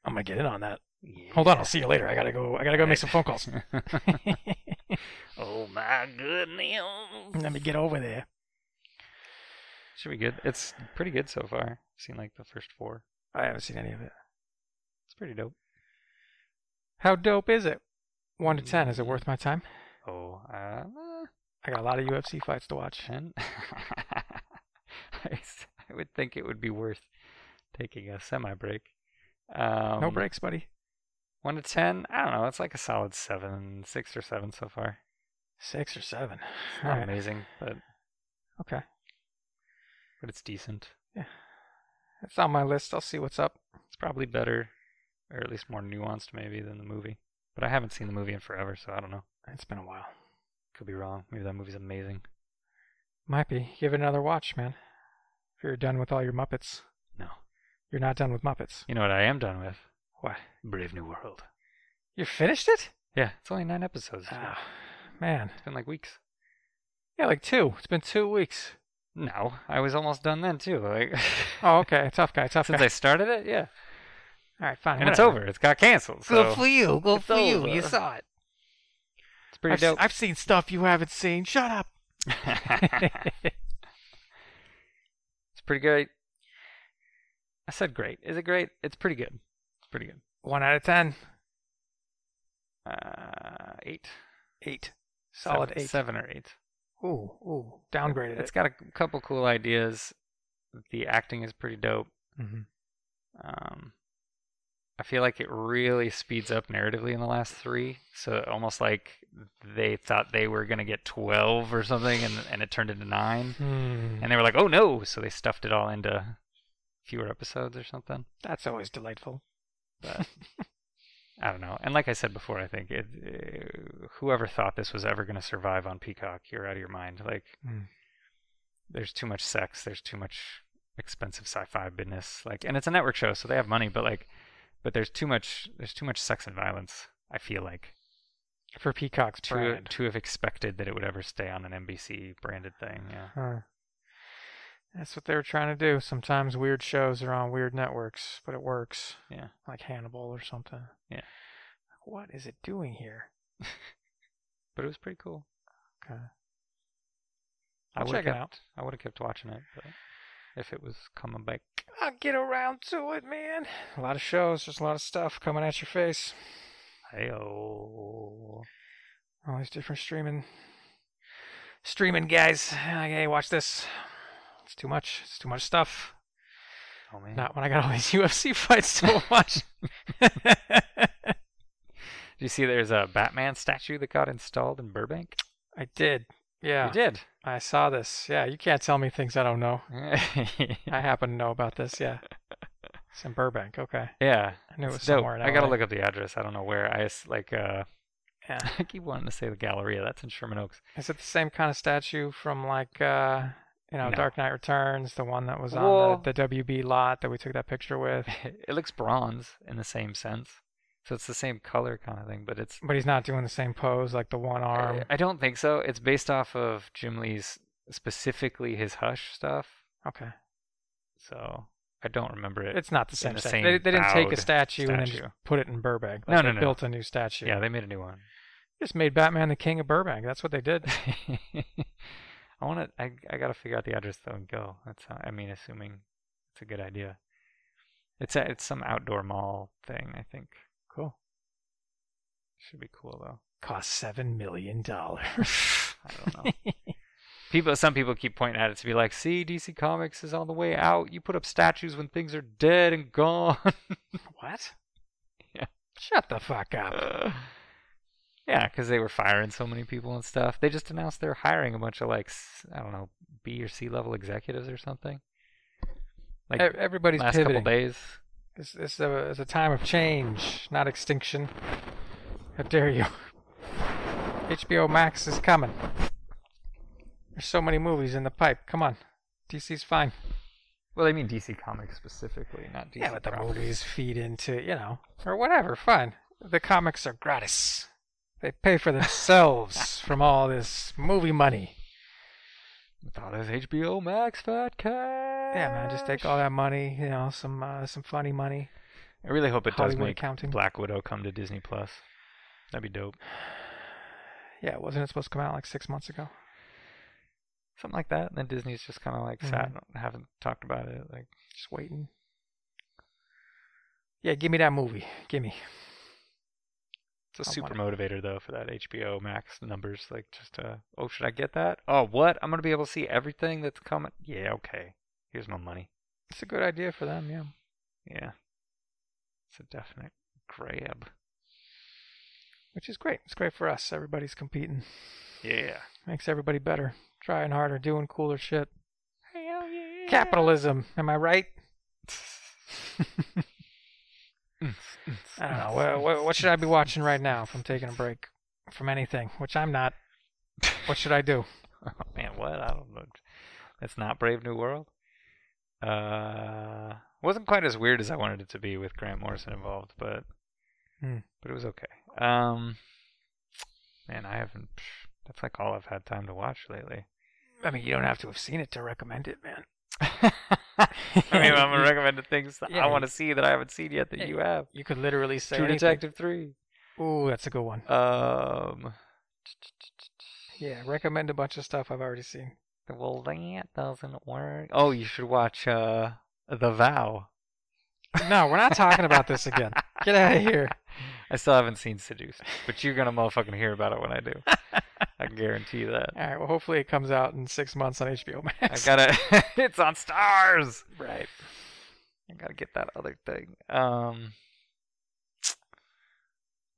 I'm gonna get in on that. Yeah. Hold on, I'll see you later. I gotta go. I gotta go make some phone calls. [laughs] [laughs] oh my goodness. Let me get over there. Should be good. It's pretty good so far. seen like the first four. I haven't seen any of it. It's pretty dope. How dope is it? One to ten. Is it worth my time? Oh, uh, eh, Mm. I got a lot of UFC fights to watch. ten. [laughs] I s- I would think it would be worth taking a semi break. Um, no breaks, buddy. One to ten. I don't know. It's like a solid seven, six or seven so far. Six or seven. It's All not right. amazing, but Okay. but it's decent. It's on my list. I'll see what's up. It's probably better, or at least more nuanced maybe than the movie. But I haven't seen the movie in forever, so I don't know. It's been a while. Could be wrong. Maybe that movie's amazing. Might be. Give it another watch, man. If you're done with all your Muppets, No. you're not done with Muppets. You know what I am done with? What? Brave New World. You finished it? Yeah, it's only nine episodes. Ah, man. It's been like weeks. Yeah, like two. It's been two weeks. No, I was almost done then too. Like [laughs] Oh, okay. Tough guy. Tough [laughs] since guy. I started it, yeah. All right, fine. And it's whatever. over. It's got canceled. So you. Good It's for you. You over. saw it. it's pretty I've, dope. I've seen stuff you haven't seen. Shut up. [laughs] it's pretty great. I said great. Is it great? It's pretty good. pretty good. One out of ten. Uh, eight. Eight. Solid seven, eight. Seven or eight. Ooh, ooh. Downgraded It's it. got a couple cool ideas. The acting is pretty dope. Mhm. Um, I feel like it really speeds up narratively in the last three. So almost like they thought they were gonna get twelve or something, and and it turned into nine. Hmm. And they were like, "Oh no!" So they stuffed it all into fewer episodes or something. That's always delightful. But I don't know. And like I said before, I think it, uh, whoever thought this was ever gonna survive on Peacock, you're out of your mind. Like, Mm. there's too much sex. There's too much expensive sci-fi business. Like, and it's a network show, so they have money. But like, but there's too much. There's too much sex and violence. I feel like For Peacock's to brand. to have expected that it would ever stay on an NBC branded thing. Yeah. Huh. That's what they were trying to do. Sometimes weird shows are on weird networks, but it works. Yeah. Like Hannibal or something. Yeah. What is it doing here? But it was pretty cool. Okay. I I'll would've check it kept- out. I would have kept watching it, but if it was coming back, I'll get around to it, man. A lot of shows, there's a lot of stuff coming at your face. hey oh. All these different streaming streaming guys. Like, hey, watch this. It's too much. It's too much stuff. Oh man. Not when I got all these [laughs] UFC fights to watch. [laughs] Do you see there's a Batman statue that got installed in Burbank? I did. Yeah. You did. I saw this. Yeah, you can't tell me things I don't know. [laughs] I happen to know about this. Yeah, it's in Burbank. Okay, yeah. I knew it was It's dope. somewhere. In I gotta LA. look up the address. I don't know where. I s- like uh, [laughs] Yeah. I keep wanting to say the Galleria. That's in Sherman Oaks. Is it the same kind of statue from like uh, you know No. Dark Knight Returns, the one that was on Well- the, the WB lot that we took that picture with? it looks bronze in the same sense, so it's the same color kind of thing. But it's But he's not doing the same pose, like the one arm. I, I don't think so. It's based off of Jim Lee's specifically his Hush stuff. Okay, So I don't remember it. it's not the same. the statue. same they, they didn't take a bowed statue, and then just statue. put it in Burbank. No, Like, no, they no. Built a new statue. yeah, they made a new one. Just made Batman the king of Burbank. That's what they [laughs] did. I want to. I I gotta figure out the address though and go. That's. how- I mean, assuming it's a good idea. It's a, it's some outdoor mall thing. I think Cool. should be cool though. Cost seven million [laughs] dollars. I don't know. people, some people keep pointing at it to be like, "See, DC Comics is on the way out. You put up statues when things are dead and gone." [laughs] What? Yeah. Shut the fuck up. yeah, because they were firing so many people and stuff. They just announced they're hiring a bunch of like s- I don't know B or C level executives or something. Like E- Everybody's last pivoting. couple days. It's, it's, a, it's a time of change, not extinction. How dare you? HBO Max is coming. There's so many movies in the pipe. Come on. DC's fine. Well, I mean DC Comics specifically, not DC. yeah, but the proper. movies feed into, you know, or whatever. Fine. The comics are gratis. They pay for themselves from all this movie money. With all this HBO Max fat cash. Yeah, man, just take all that money, you know, some uh, some funny money. I really hope it does Hollywood make accounting. Black Widow come to Disney Plus. That'd be dope. Yeah, wasn't it supposed to come out like six months ago? Something like that. And then Disney's just kind of like Mm-hmm. sat and haven't talked about it. Like, Just waiting. Yeah, give me that movie. Give me. it's a I super want motivator though for that HBO Max numbers. Like, just uh, oh, should I get that? Oh, what? I'm gonna be able to see everything that's coming. Yeah, okay. Here's my money. It's a good idea for them, yeah. Yeah, it's a definite grab. Which is great. It's great for us. Everybody's competing. Yeah. Makes everybody better. Trying harder, doing cooler shit. Hell yeah. Capitalism, am I right? [laughs] I don't know. What, what, what should I be watching right now if I'm taking a break from anything? Which I'm not. What should I do? [laughs] Oh, man, what? I don't know. That's not Brave New World. Uh, wasn't quite as weird as I wanted it to be with Grant Morrison involved, but Hmm. but it was okay. Um, man, I haven't. psh, That's like all I've had time to watch [laughs] lately. I mean, you don't have to have seen it to recommend it, man. [laughs] I mean, I'm gonna recommend the things that Yeah, I want to see that I haven't seen yet that yeah, you have. You could literally say True anything. Detective Three. Ooh, that's a good one. Um. Yeah, recommend a bunch of stuff I've already seen. Well, that doesn't work. Oh, you should watch uh, The Vow. No, we're not talking about this [laughs] again. Get out of here. I still haven't seen Seduced, but you're gonna motherfucking hear about it when I do. I can guarantee that. All right. Well, hopefully it comes out in six months on HBO I Max. gotta. [laughs] it's on Stars. right. I gotta get that other thing. Um,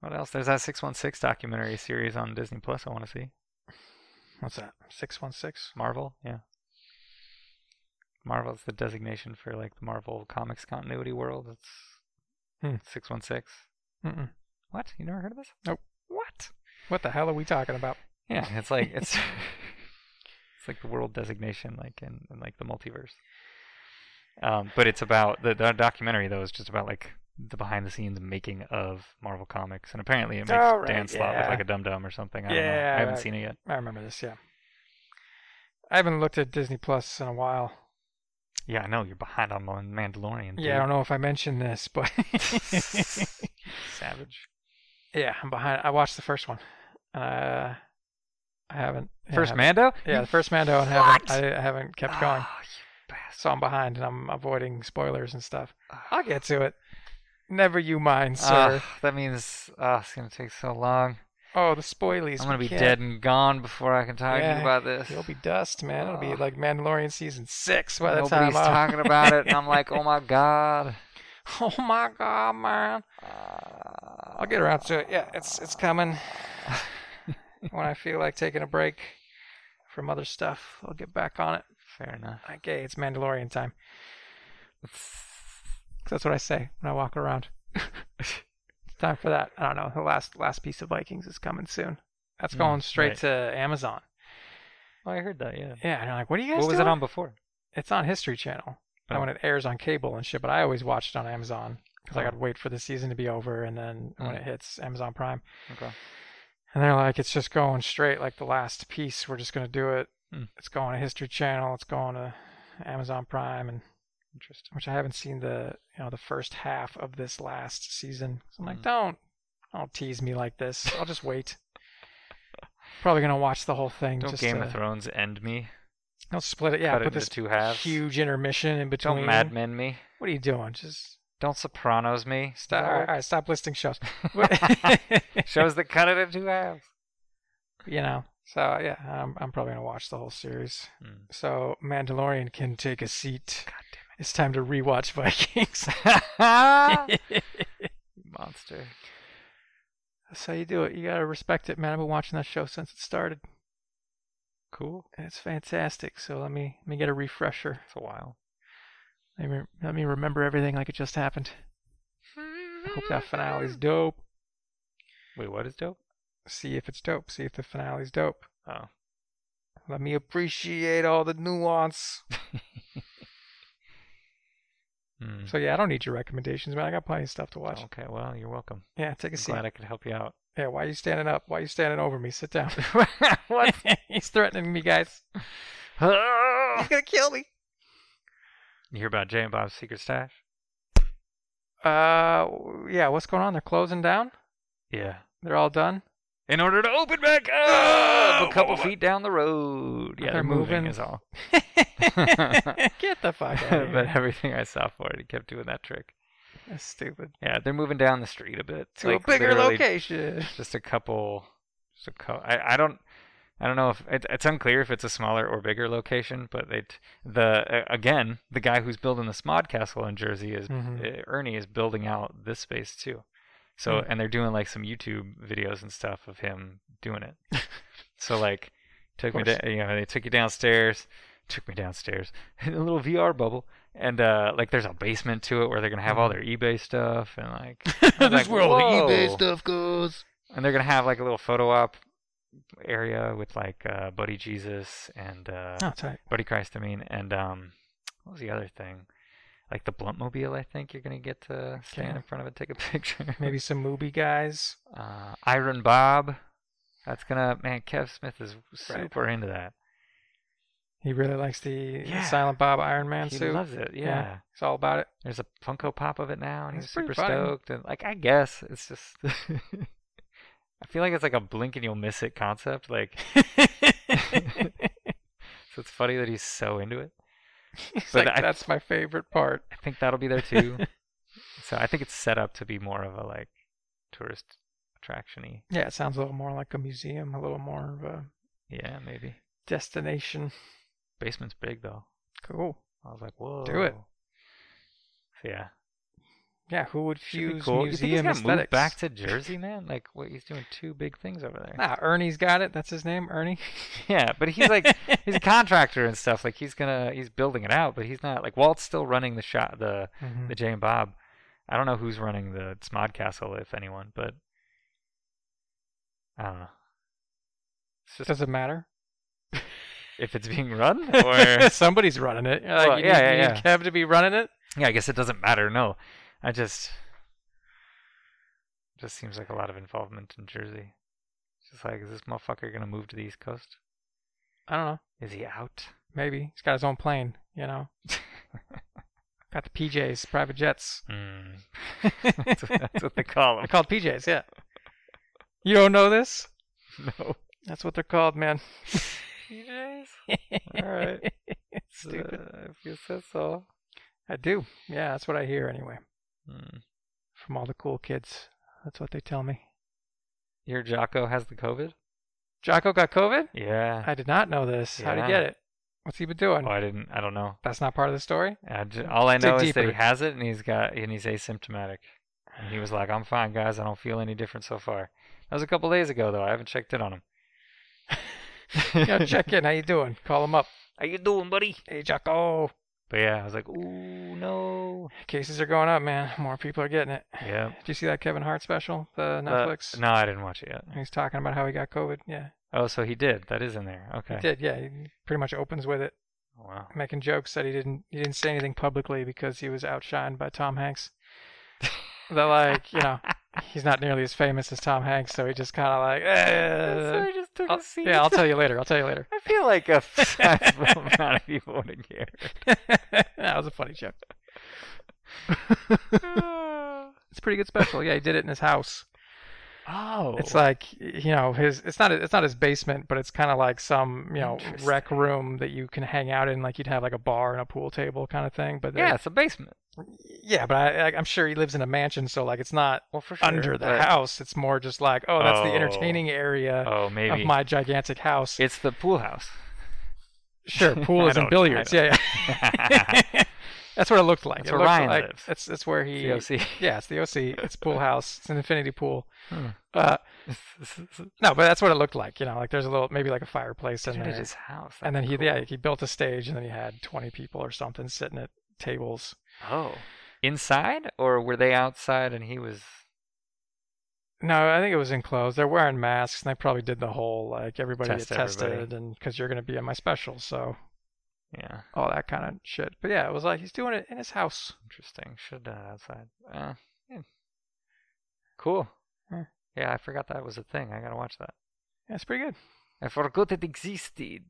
what else? There's that 616 documentary series on Disney Plus. I want to see What's that? Six one six. Marvel. Yeah, Marvel's the designation for like the Marvel Comics continuity world. It's Hmm. 616. Mm-mm. What? You never heard of this? Nope. What? What the hell are we talking about? Yeah, it's like [laughs] it's it's like the world designation, like in, in like the multiverse. Um, but it's about the, the documentary though is just about like the behind the scenes making of Marvel Comics, and apparently it makes Oh, right, Dan Slott look yeah. like a dum dum or something. I don't know. Yeah, I haven't that- seen it yet. I remember this. Yeah. I haven't looked at Disney Plus in a while. Yeah, I know you're behind on Mandal- Mandalorian. Yeah, I don't know if I mentioned this, but [laughs] dude. savage. yeah, I'm behind. I watched the first one. Uh, I haven't. yeah, [laughs] First I haven't- Mando. Yeah, the first Mando, and What? haven't. I, I haven't kept going, Ah, you bastard. so I'm behind, and I'm avoiding spoilers and stuff. I'll Ah. get to it. Never you mind, Ah, sir. that means ah, it's gonna take so long. oh, the spoilies. I'm gonna we be can't- dead and gone before I can talk to Yeah, you about this. You'll be dust, man. It'll be Ugh. like Mandalorian season six by the Ah. Nobody's time. I'm- talking about it, and I'm like, [laughs] oh my god. [laughs] oh my god, man! I'll get around to it. Yeah, it's it's [laughs] coming. when I feel like taking a break from other stuff, I'll get back on it. Fair enough. Okay, it's Mandalorian time. 'Cause That's what I say when I walk around. [laughs] It's time for that. I don't know. The last last piece of Vikings is coming soon. That's Mm, going straight right. to Amazon. [laughs] Oh, I heard that. Yeah. Yeah, and I'm like, what are you guys What was doing? it on before? It's on History Channel. Oh. And when it airs on cable and shit, but I always watch it on Amazon because I Oh. got to wait for the season to be over, and then when Mm. it hits Amazon Prime, Okay. and they're like, it's just going straight like the last piece. We're just gonna do it. Mm. It's going to History Channel. It's going to Amazon Prime, and Interesting. which I haven't seen the you know the first half of this last season. So I'm like, Mm. don't don't tease me like this. I'll just wait. Probably gonna watch the whole thing. Don't just Game to, of Thrones end me? Don't split it. Yeah, Cut it put into this two halves. huge intermission in between. Don't Mad Men me. What are you doing? Just Don't Sopranos me. Is stop. that All right? right, stop listing [laughs] shows. [laughs] Shows that cut it in two [laughs] halves. you know. So yeah, I'm I'm probably gonna watch the whole series. Mm. So Mandalorian can take a seat. It's time to rewatch [laughs] Vikings. Ah. [laughs] Monster. That's how you do it. You gotta respect it, man. I've been watching that show since it started. Cool. and It's fantastic. So let me let me get a refresher. It's a while. Let me, let me remember everything like it just happened. I hope that [laughs] finale's dope. Wait, what is dope? See if it's dope. See if the finale's dope. Oh. Let me appreciate all the nuance. Hmm. So yeah, I don't need your recommendations, man. I got plenty of stuff to watch. Okay. Well, you're welcome. Yeah, take a I'm seat. glad I could help you [laughs] out. Yeah, why are you standing up? Why are you standing over me? Sit down. [laughs] what? He's threatening me, guys. He's you gonna kill me. hear about Jay and Bob's secret stash? Uh, yeah. What's going on? They're closing down. Yeah. They're all [laughs] done. In order to open back Oh, up a couple whoa. feet down the road. Yeah, They're they're, moving, moving. [laughs] is all. [laughs] Get the fuck out of but here. everything I saw for it, he kept doing that trick. That's stupid. Yeah, they're moving down the street a bit To like, a bigger literally location. Just a couple. Just a co- I, I don't. I don't know if it, it's unclear if it's a smaller or bigger location, but they the uh, again the guy who's building the Smod Castle in Jersey is [laughs] Mhm. uh, Ernie is building out this space too. So Hmm. and they're doing like some YouTube videos and stuff of him [laughs] doing it. so like took me course. da- you know they took you downstairs, took me downstairs [laughs] in a little VR bubble and uh like there's a basement to it where they're going to have all Mm-hmm. their eBay stuff and like I was like, "Whoa." goes. And they're going to have like a little photo op area with like uh Buddy Jesus and uh Oh, tight. Buddy Christ I mean and um what was the other thing? Like the Bluntmobile, I think you're gonna get to stand Okay. in front of and take a [laughs] picture. Maybe some movie guys. Uh, Iron Bob. That's gonna man. Kev Smith is super into that. He really likes the Yeah. Silent Bob Iron Man he suit. loves it. Yeah. It's all about it. [laughs] There's a Funko Pop of it now, and That's he's pretty super funny. stoked. And like, I guess it's just. [laughs] I feel like it's like a blink and you'll miss it [laughs] concept. Like, [laughs] so it's funny that he's so into it. He's But like, I- that's my favorite part. [laughs] I think that'll be there too. So I think it's set up to be more of a like tourist attractiony. Yeah, it sounds a little more like a museum, a little more of a Yeah, maybe. destination. Basement's big though. Cool. I was like, whoa. Do it. So, yeah. Yeah, who would Should be fuse cool. you think he's museum gonna aesthetics? move back to Jersey, man? Like, what? He's doing two big things over [laughs] there. Nah, Ernie's got it. That's his name, [laughs] Ernie. Yeah, but he's like, [laughs] he's a contractor and stuff. Like, he's gonna, he's building it out, but he's not. Like, Walt's still running the shot, the Mhm. the Jay and Bob. I don't know who's running the Smod Castle, if anyone, but I don't know. It's just Does it matter? if it's being run [laughs] [laughs] or somebody's running it. You're like, Well, you yeah, need, yeah, you need Kev to be running it. yeah, I guess it doesn't matter. No, I just just seems like a lot of involvement in Jersey. It's Just like, is this motherfucker gonna move to the East Coast? I don't know. Is he out? Maybe he's got his own plane. You [laughs] know, got the PJs, private [laughs] jets. Mm. that's, what, I that's what they call [laughs] him. called PJs. Yeah. You don't know this? No. That's what they're called, man. [laughs] PJs? All right. Stupid. Uh, if you said so. I do. Yeah, that's what I hear anyway Mm. from all the cool kids. That's what they tell me. Your Jocko has the COVID? Jocko got COVID. Yeah. I did not know this. How'd Yeah. he get it? What's he been doing? Oh, I didn't. I don't know. That's not part of the story. I ju- all I Dig know is that he deeper. has it and he's got and he's asymptomatic. And he was like, "I'm fine, guys. I don't feel any different so far." That was a couple days ago, though. I haven't checked in on [laughs] him. You know, check in. How you doing? Call him up. [laughs] How you doing, buddy? Hey, Jocko. But yeah, I was like, "Ooh, no." Cases are going up, man. More people are getting it. [sighs] Yeah. Did you see that Kevin Hart special, the Uh, Netflix? no, I didn't watch it yet. He's talking about how he got COVID. Yeah, Oh, so he did. That is in there. he Okay. Oh, did. Yeah, he pretty much opens with it, Wow. making jokes that he didn't he didn't say anything publicly because he was outshined by Tom Hanks. [laughs] They're like, you know, he's not nearly as famous as Tom Hanks, so he just kind of like, so eh. he just took I'll- a seat. yeah, I'll tell you later. I'll tell you later. [laughs] [laughs] I feel like a sizable amount of people wouldn't care. that was a funny joke. [laughs] It's a pretty good special. Yeah, he did it in his house. oh. It's like you know his. It's not. It's not his basement, but it's kind of like some you know rec Interesting. room that you can hang out in. Like you'd have like a bar and a pool table kind of thing. But they- yeah, it's a basement. yeah. But I, I, I'm sure he lives in a mansion, so like it's not Well, for sure. under the but- house. It's more just like oh, that's the Oh. entertaining area Oh, of maybe my gigantic house. it's the pool house. [laughs] sure, pool I is don't- in I billiards. Yeah, COC. yeah. [laughs] that's what it looked like. That's it where looked Ryan like lives. That's that's where he. [laughs] Yeah, it's the OC. It's pool house. It's an infinity pool. Hmm. Uh, no, but that's what it looked like. You know, like there's a little maybe like a fireplace in Dude, there. at his house. and then That'd he be yeah he built a stage and then he had 20 people or something sitting at tables cool. Oh, inside or were they outside? And he was. no i think it was enclosed they're wearing masks and they probably did the whole like everybody Test get tested everybody. and because you're going to be in my special so Yeah, all that kind of shit but yeah it was like he's doing it in his house interesting. Should have done it outside. Uh, yeah. Cool. Yeah. Yeah, I forgot that was a thing. I gotta watch that. yeah, it's pretty good I forgot it existed.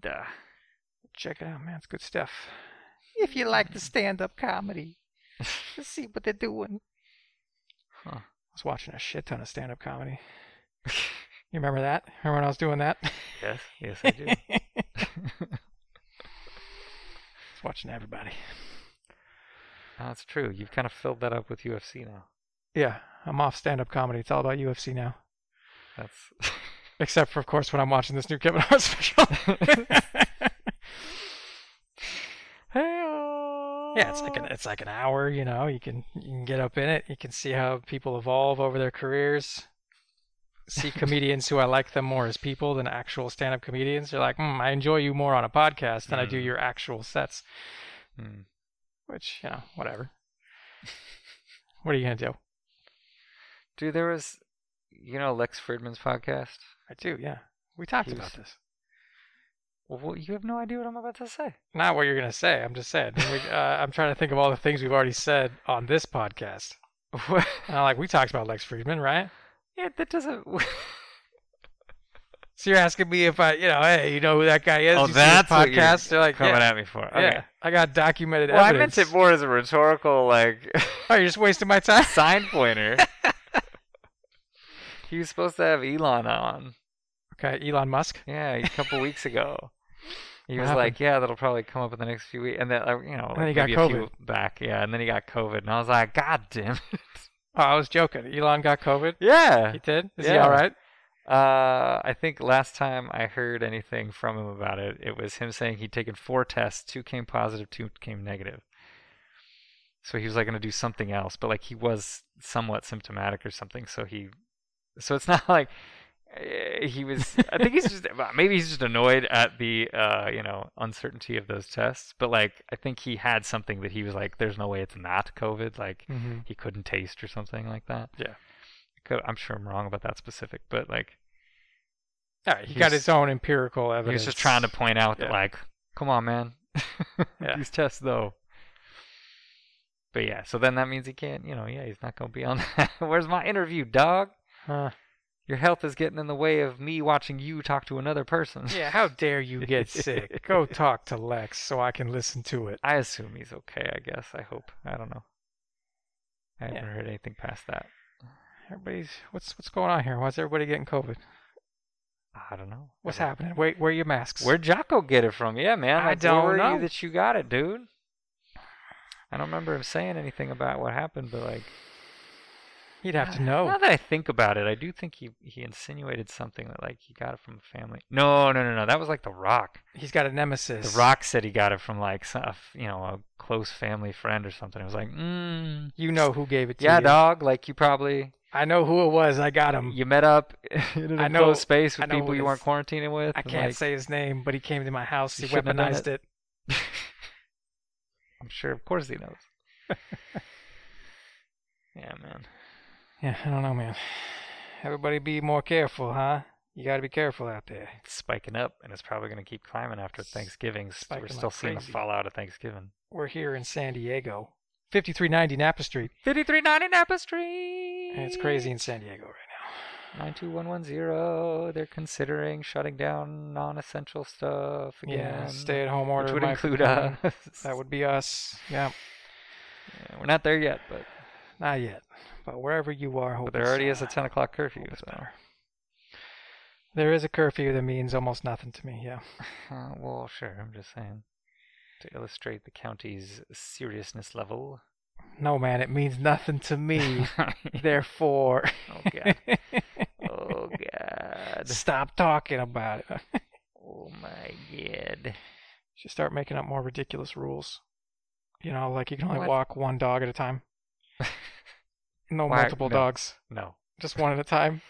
check it out man it's good stuff Mm-hmm. if you like the stand-up comedy just see what they're doing Huh. i was watching a shit ton of stand-up comedy you remember that remember when i was doing that [laughs] Yes, yes, I do. was watching everybody [laughs] That's true. You've kind of filled that up with UFC now. Yeah, I'm off stand-up comedy. It's all about UFC now. [laughs] That's Except for, of course, when I'm watching this new Kevin Hart [laughs] special. yeah, it's like an it's like an hour. You know, you can you can get up in it. You can see how people evolve over their careers. See comedians who I like them more as people than actual stand-up comedians. They're like, mm, I enjoy you more on a podcast than I do Mm. your actual sets. Hmm. Which you know, whatever. [laughs] what are you gonna do? Dude, there was, you know, Lex Fridman's podcast. I do. Yeah, we talked He about was- this. Well, what- you have no idea what I'm about to say. [laughs] not what you're gonna say. I'm just saying. We, uh, I'm trying to think of all the things we've already said on this podcast. And I'm like, we talked about Lex Friedman, right? yeah, that doesn't. [laughs] So you're asking me if I, you know, hey, you know who that guy is? Oh, You see his that's what you're podcast. They're like, Coming yeah, at me for. Okay. yeah, I got documented Well, I evidence. meant it more as a rhetorical, like, [laughs] Oh, you're just wasting my time. [laughs] sign pointer. he was supposed to have Elon on. Okay, Elon Musk. Yeah, a couple weeks ago. He What was happened? like, "Yeah, that'll probably come up in the next few weeks," and then uh, you know, like then he got maybe a few back, yeah, and then he got COVID, and I was like, "God damn it!" [laughs] Oh, I was joking. Elon got COVID. yeah, He did. Is he Yeah. all right? uh, I think last time I heard anything from him about it, it was him saying he'd taken four tests, two came positive, two came negative. So he was like going to do something else, but like he was somewhat symptomatic or something. So he, so it's [laughs] not like eh, he was. I think he's just maybe he's just annoyed at the uh, you know uncertainty of those tests. But like I think he had something that he was like, "There's no way it's not COVID." Like Mm-hmm. he couldn't taste or something like that. Yeah. Could, I'm sure I'm wrong about that specific, but like All right. He got He's- his own empirical evidence. he was just trying to point out that Yeah. like, come on, man, [laughs] Yeah. these tests though. But yeah, so then that means he can't, you know, yeah, he's not gonna be on. That. [laughs] Where's my interview, dog? [laughs] Huh. Your health is getting in the way of me watching you talk to another person. Yeah. How dare you get sick? Go talk to Lex so I can listen to it. [laughs] I assume he's okay. I guess. I hope. I don't know. I haven't Yeah. heard anything past that. Everybody's what's what's going on here? Why's everybody getting COVID? I don't know. What's happening? happening? Wait, where are your masks? Where'd Jocko get it from? Yeah, man. I Like, don't where were know. you that you got it, dude? I don't remember him saying anything about what happened, but like He'd have to know. Uh, [laughs] now that I think about it, I do think he he insinuated something that like he got it from a family. No, no, no, no. That was like The Rock. He's got a The nemesis. Rock said he got it from like some, you know a close family friend or something. It was like, mm, You know who gave it to yeah, you. dog. Like you probably I know who it was. I got him. you [laughs] met up [laughs] in an I know- enclosed space I with know people who you it weren't is. quarantining with. I and, can't like, say his name, but he came to my house. He You shouldn't have done weaponized it. I'm sure, of course, he knows. [laughs] yeah, man. Yeah, I don't know, man. Everybody be more careful, huh? You got to be careful out there. It's spiking up, and it's probably going to keep climbing after Thanksgiving. s- We're Spiking still like seeing the crazy. fallout of Thanksgiving. We're here in San Diego, 5390 Napa Street. 5390 Napa Street. And it's crazy in San Diego right now. 92110. They're considering shutting down non-essential stuff again. Yeah, stay at home order. which would might be include uh, coming. us. [laughs] That would be us. Yeah, Yeah, we're not there yet, but, not yet. But wherever you are, hope but there it's, already uh, is a 10 o'clock curfew. hope it's so. better. There is a curfew that means almost nothing to me. Yeah. Uh, well, sure. I'm just saying to illustrate the county's seriousness level. [laughs] No, man, it means nothing to me. oh Therefore, god. Oh god. [laughs] stop talking about it. Oh my god. Should start making up more ridiculous rules. You know, like you can only What? walk one dog at a [laughs] time. No Why- multiple no. dogs, No. just one at a time.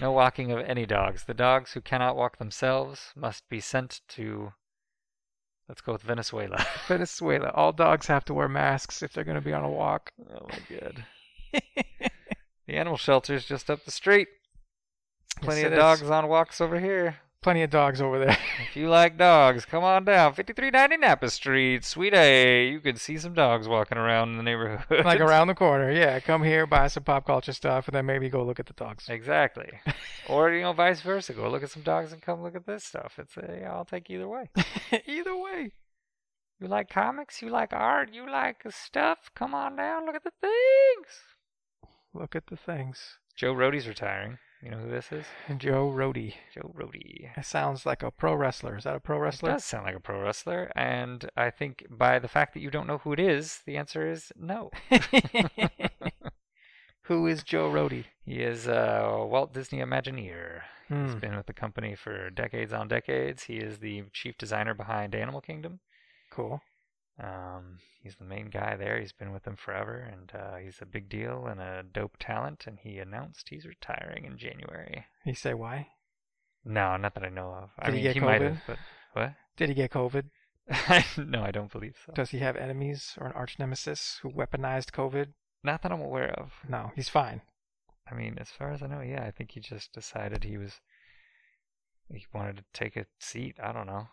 No walking of any dogs. The dogs who cannot walk themselves must be sent to let's go with Venezuela. [laughs] [laughs] Venezuela, all dogs have to wear masks if they're going to be on a walk. oh my [laughs] god. the animal shelter's just up the street. Plenty Yes, of it is. dogs on walks over here. Plenty of dogs over [laughs] there. If you like dogs, come on down. 5390 Napa Street, Suite A. You can see some dogs walking around in the neighborhood. like around the corner. Yeah, come here, buy some pop culture stuff, and then maybe go look at the dogs. [laughs] [laughs] Exactly. or, you know, vice versa. Go look at some dogs and come look at this stuff. It's a, yeah, I'll take either [laughs] way. Either way. You like comics? You like art? You like stuff? Come on down. Look at the things. Look at the things. Joe Rody's retiring. You know who this is? Joe Rody. Joe Rody. That sounds like a pro wrestler. Is that a pro wrestler? Does sound like a pro wrestler, and I think by the fact that you don't know who it is, the answer is [laughs] no. Who is Joe Rody? He is a Walt Disney Imagineer. He's Hmm. been with the company for decades on decades. He is the chief designer behind Animal Kingdom. Cool. Um, he's the main guy there. He's been with them forever, and uh, he's a big deal and a dope talent. And he announced he's retiring in January. You say why? No, not that I know of. I Did he mean, get he might COVID? have, but what? [laughs] Did he get COVID? no, I don't believe so. Does he have enemies or an arch nemesis who weaponized COVID? Not that I'm aware of. No, he's fine. I mean, as far as I know, yeah, I think he just decided he was he wanted to take a seat. I don't know.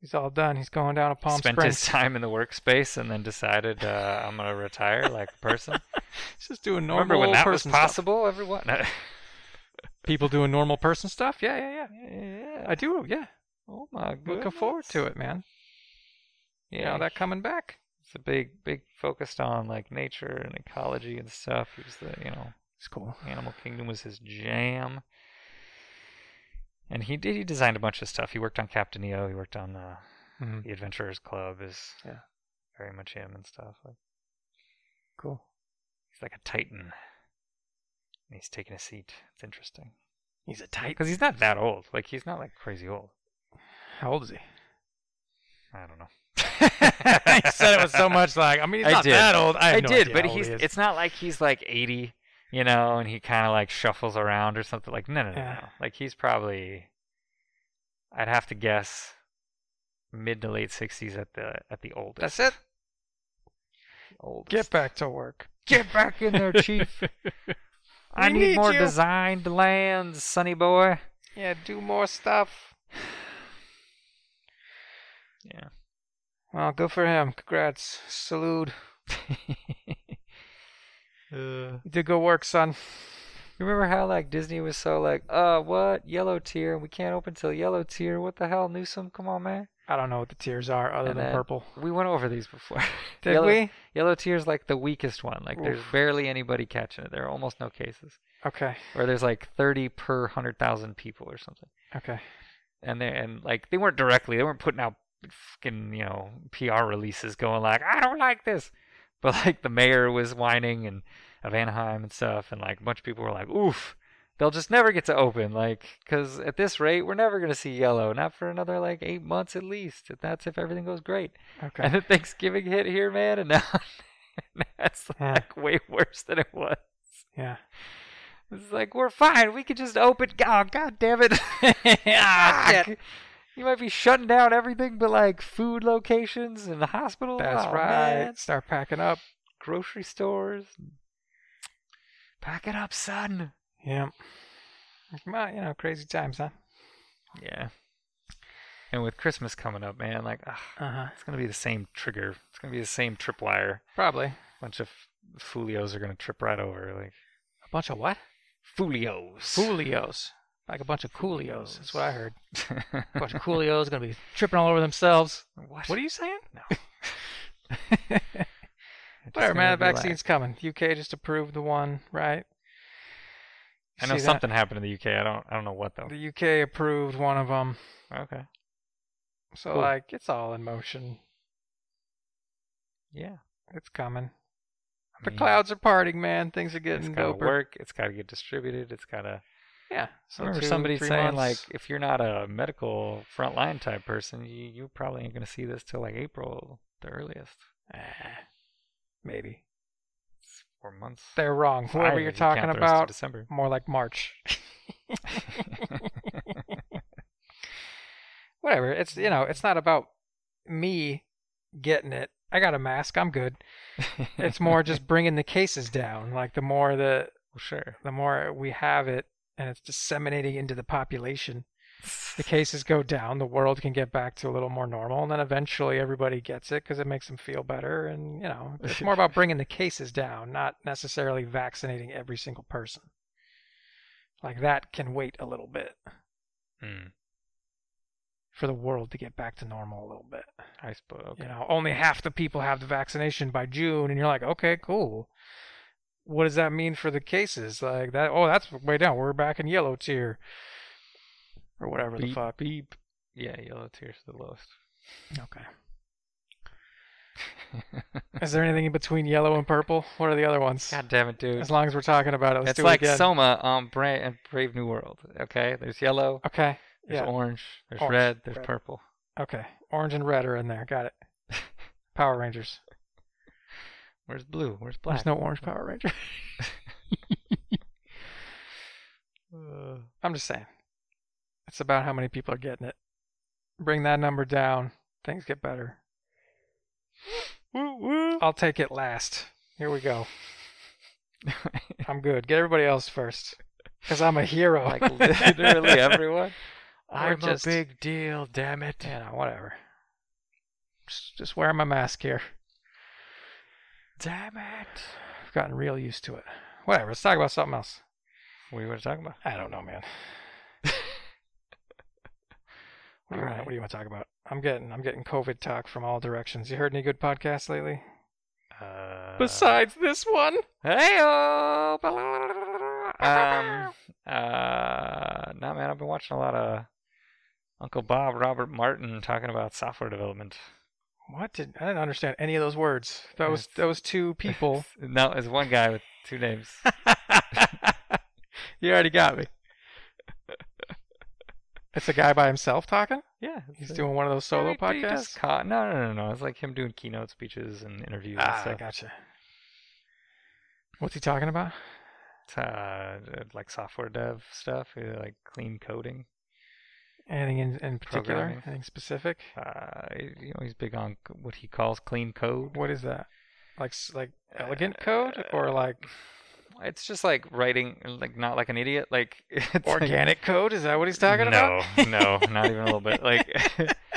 He's all done. He's going down to Palm Spent Springs. his time in the workspace and then decided uh, I'm gonna retire like a person. [laughs] He's just doing [laughs] normal Remember when that was person stuff. possible? Everyone. [laughs] People doing normal person stuff? Yeah, yeah, yeah. yeah. I do, yeah. Oh my god. Looking forward to it, man. Yeah, You know, that coming back. it's a big, big focused on like nature and ecology and stuff. He was the, you know, It's cool. Animal Kingdom was his jam. And he did. He designed a bunch of stuff. He worked on Captain EO. He worked on uh, Mhm. the Adventurers Club. Is Yeah. very much him and stuff. Like, Cool. he's like a titan. And he's taking a seat. It's interesting He's a tight. [laughs] because he's not that old. Like he's not like crazy old. How old is he? I [laughs] don't know. [laughs] he said it with [laughs] so much like. I mean, he's I not did. that old. I, have I no did, idea but how old he's. he is. It's not like he's like eighty, you know, and he kind of like shuffles around or something. Like no, no, no, Yeah. no. Like he's probably. I'd have to guess, mid to late sixties at the at the oldest. That's it? Oldest. get back to work. get back in there, [laughs] Chief. I We need, need more you. designed lands, [laughs] Sonny boy. Yeah, do more [sighs] stuff. Yeah. Well, good for him. Congrats. Salute. uh, You did good work, son. remember how like Disney was so like, uh, what yellow tier? We can't open till yellow tier. What the hell, Newsom? Come on, man. I don't know what the tears are other And than then- purple. We went over these before. [laughs] Did yellow, we? Yellow tier's like the weakest one. Like there's Oof. barely anybody catching it. There are almost no cases. Okay. Or there's like 30 per 100,000 people or something. Okay. and they and like they weren't directly they weren't putting out fucking you know PR releases going like I don't like this, but like the mayor was whining and of Anaheim and stuff, and like a bunch of people were like oof, they'll just never get to open like because at this rate we're never gonna see yellow not for another like eight months at least. And that's if everything goes great. Okay. And then Thanksgiving hit here, man, and now [laughs] that's Yeah. like way worse than it was. yeah. It's like we're fine. We could just open. Oh god damn [laughs] it! Ah, Fuck. shit. You might be shutting down everything, but like food locations and the hospital. That's Oh, right. man. Start packing up. Grocery stores. Pack it up, son. Yeah. Well, you know, crazy times, huh? Yeah. And with Christmas coming up, man, like ugh, Uh huh. it's gonna be the same trigger. It's gonna be the same tripwire. Probably. A Bunch of folios are gonna trip right over. Like bunch of what? folios. [laughs] Coolios. Like a bunch of coolios. That's what I heard. A bunch what? of coolios gonna be tripping all over themselves. [laughs] What are you saying? [laughs] No. Just Whatever, gonna man. The relax. vaccine's coming. UK just approved the one, right? You I know see that? something happened in the UK. I don't. I don't know what though. The UK approved one of them, Okay. so Cool. like it's all in motion. Yeah. It's coming. I The mean, clouds are parting, man. Things are It's getting gotta doper. work. It's gotta get distributed. It's gotta. Yeah. I remember two, somebody three saying like, months. if you're not a medical frontline type person, you you probably ain't gonna see this till like April, the earliest, Eh, maybe It's four months. they're wrong. Five Whoever if you're you count talking the rest of about, [laughs] December. more like March. [laughs] Whatever. It's you know, it's not about me getting it. I got a mask. I'm good. It's more [laughs] just bringing the cases down. Like the more the well, sure. the more we have it and it's disseminating into the population, the cases go down, the world can get back to a little more normal, and then eventually everybody gets it because it makes them feel better. And, you know, it's more about bringing the cases down, not necessarily vaccinating every single person. Like that can wait a little bit Mm, for the world to get back to normal a little bit. I suppose. Okay. You know, only half the people have the vaccination by June, and you're like, okay, cool. What does that mean for the cases? Like that? Oh, that's way down. We're back in yellow tier, or whatever the Beep, fuck. beep. Yeah, yellow tears the lowest. [laughs] Okay. Is there anything in between yellow and purple? What are the other ones? God damn it, dude. As long as we're talking about it, let's It's do like it again. Soma on Bra- and Brave New World. Okay, there's yellow, okay. there's Yeah. orange, there's Orange, red, there's red. purple. Okay. Orange and red are in there. [laughs] Got it. Power Rangers. Where's blue? Where's black? There's no orange Power Ranger. [laughs] Uh, I'm just saying. It's about how many people are getting it. Bring that number down. Things get better. woo woo. I'll take it last. Here we go. I'm good. Get everybody else first. Because I'm a hero. [laughs] [laughs] like literally everyone. I'm a big deal, damn it. You know, whatever. Just, just wearing my mask here. Damn it. I've gotten real used to it. Whatever. Let's talk about something else. What you want to talk about? I don't know, [laughs] man. What do, you want, Alright. what do you want to talk about? I'm getting I'm getting COVID talk from all directions. You heard any good podcasts lately? Uh, Besides this one. um, Hey, um, uh, nah, man, I've been watching a lot of Uncle Bob Robert Martin talking about software development. [laughs] What did I didn't understand any of those words? That was It's- that was two people. [laughs] no, it's one guy with two names. [laughs] you already got me. It's a guy by himself talking. Yeah, He's it's- doing one of those solo Yeah, he- he does podcasts. co- no, no, no, no. It's like him doing keynote speeches and interviews Ah, and stuff. gotcha. What's he talking about? It's, uh, like software dev stuff, uh, like clean coding. Anything in, in particular? Programming. Anything specific? Uh, you know, he's big on c- what he calls clean code. What is that? Like s- like Uh, elegant code or [laughs] like It's just like writing, like not like an idiot, like [laughs] it's like- organic code? Is that what he's talking no, about? no, not even a little bit. Like [laughs]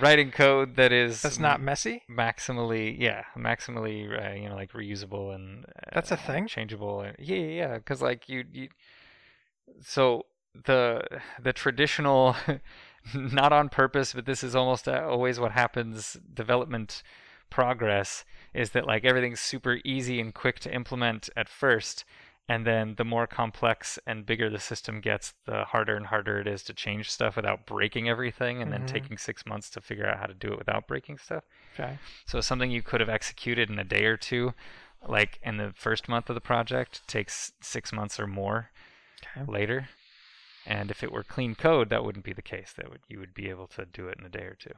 writing code that is That's not messy. maximally, yeah, maximally, uh, you know, like reusable and uh, That's a thing. changeable. And, yeah, yeah, yeah. Because like you, you, so the the traditional, [laughs] not on purpose, but this is almost uh, always what happens. Development progress is that like everything's super easy and quick to implement at first. And then the more complex and bigger the system gets, the harder and harder it is to change stuff without breaking everything, and Mhm. then taking six months to figure out how to do it without breaking stuff. Okay. So something you could have executed in a day or two, like in the first month of the project, takes six months or more Okay. later. And if it were clean code, that wouldn't be the case. That would you would be able to do it in a day or two.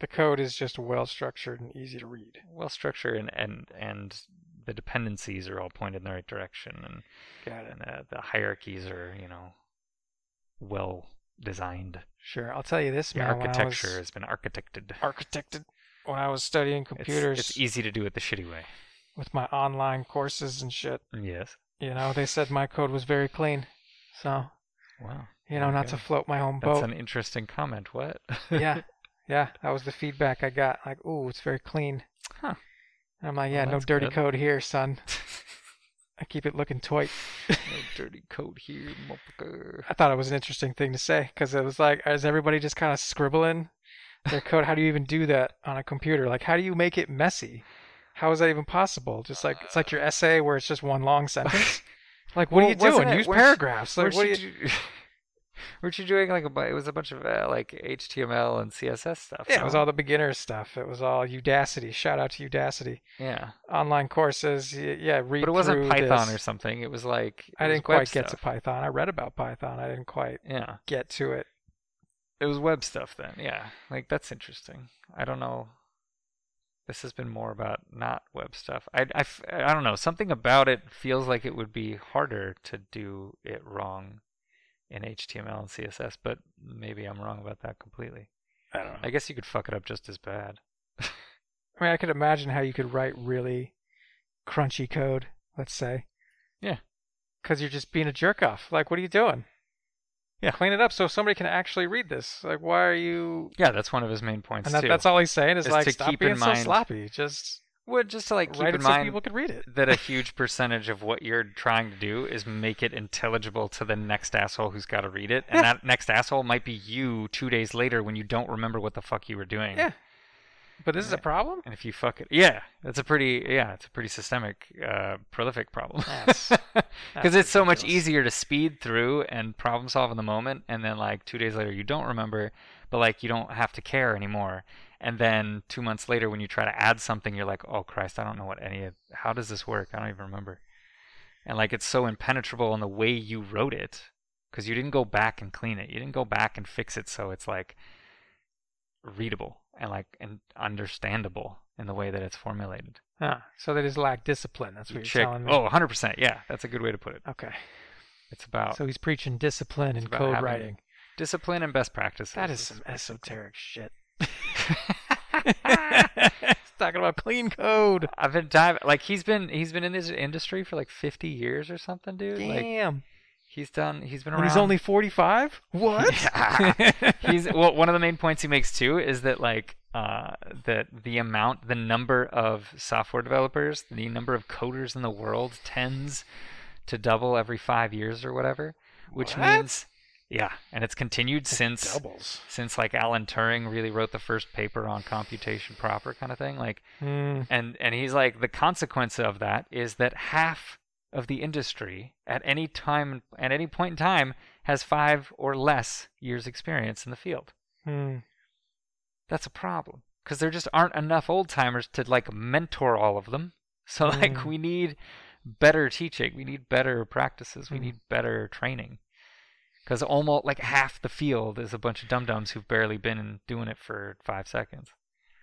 The code is just well structured and easy to read. Well structured and and and the dependencies are all pointed in the right direction, and Got it. and uh, the hierarchies are you know well designed. Sure. I'll tell you this, The man. when I was- architecture has been architected. architected when I was studying It's- computers it's e easy to do it the shitty way. with my online courses and shit. Yes. You know, they said my code was very clean. So, Wow. you know, There not go. to float my own That's boat. an interesting comment. What? yeah. Yeah. That was the feedback I got. Like, ooh, it's very clean. Huh. And I'm like, Well, yeah, no that's dirty good. code here, son. I keep it looking tight. No dirty code here, motherfucker. I thought it was an interesting thing to say because it was like, is everybody just kind of scribbling their code? How do you even do that on a computer? Like, how do you make it messy? How is that even possible? Just like it's like your essay where it's just one long [laughs] sentence. Like, what Well, are you wasn't doing? it- Use weren't you- paragraphs. Like, what are you? [laughs] Weren't you doing like a bu- it was a bunch of uh, like HTML and CSS stuff? yeah, it was no? all the beginner stuff. It was all Udacity. Shout out to Udacity yeah, online courses. y- Yeah, read but it wasn't through Python this. or something. It was like it I was didn't web quite get to stuff. Python. I read about Python. I didn't quite Yeah, get to it. it was web stuff then. Yeah, like that's interesting. I don't know. This has been more about not web stuff. I, I f- I don't know. Something about it feels like it would be harder to do it wrong in HTML and CSS, but maybe I'm wrong about that completely. I don't know. I guess you could fuck it up just as bad. I mean, I could imagine how you could write really crunchy code, let's say. Yeah. Because you're just being a jerk off. Like, what are you doing? Yeah. Clean it up so somebody can actually read this. Like, why are you. Yeah, that's one of his main points And that, too. that's all he's saying is, Is like, to stop keep being in so mind- sloppy. Just Well, just to like keep write it in so mind people can read it. that a huge percentage of what you're trying to do is make it intelligible to the next asshole who's got to read it, and Yeah. that next asshole might be you two days later when you don't remember what the fuck you were doing. Yeah. But this is a Yeah. problem? And if you fuck it, yeah, that's a pretty yeah, it's a pretty systemic, uh, prolific problem. That's- [laughs] Because it's so much ridiculous. easier to speed through and problem solve in the moment, and then like two days later you don't remember, but like you don't have to care anymore. And then two months later, when you try to add something, you're like, "Oh Christ, I don't know what any of. How does this work? I don't even remember." And like it's so impenetrable in the way you wrote it, because you didn't go back and clean it. You didn't go back and fix it so it's like readable and like and understandable in the way that it's formulated. Ah, so they just lack discipline. That's what You you're check- telling me. oh, 100 percent. Yeah, that's a good way to put it. Okay. It's about So he's preaching discipline Oh. It's and about code having- writing. discipline and best practices. That is some It's- [laughs] esoteric shit. He's [laughs] talking about clean code. [laughs] I've been diving like he's been he's been in this industry for like 50 years or something, dude. Like Damn. he's done he's been and around. he's only 45? What? Yeah. [laughs] [laughs] he's well one of the main points he makes too is that like uh that the amount the number of software developers the number of coders in the world tends to double every five years or whatever which What? means yeah and it's continued since Doubles. since like alan turing really wrote the first paper on computation proper kind of thing like Mm, and and he's like the consequence of that is that half of the industry at any time at any point in time has 5 or less years experience in the field. Hmm. That's a problem because there just aren't enough old timers to like mentor all of them. So [laughs] like Mm. we need better teaching, we need better practices, we Mm. need better training. Because almost like half the field is a bunch of dum dums who've barely been doing it for five seconds.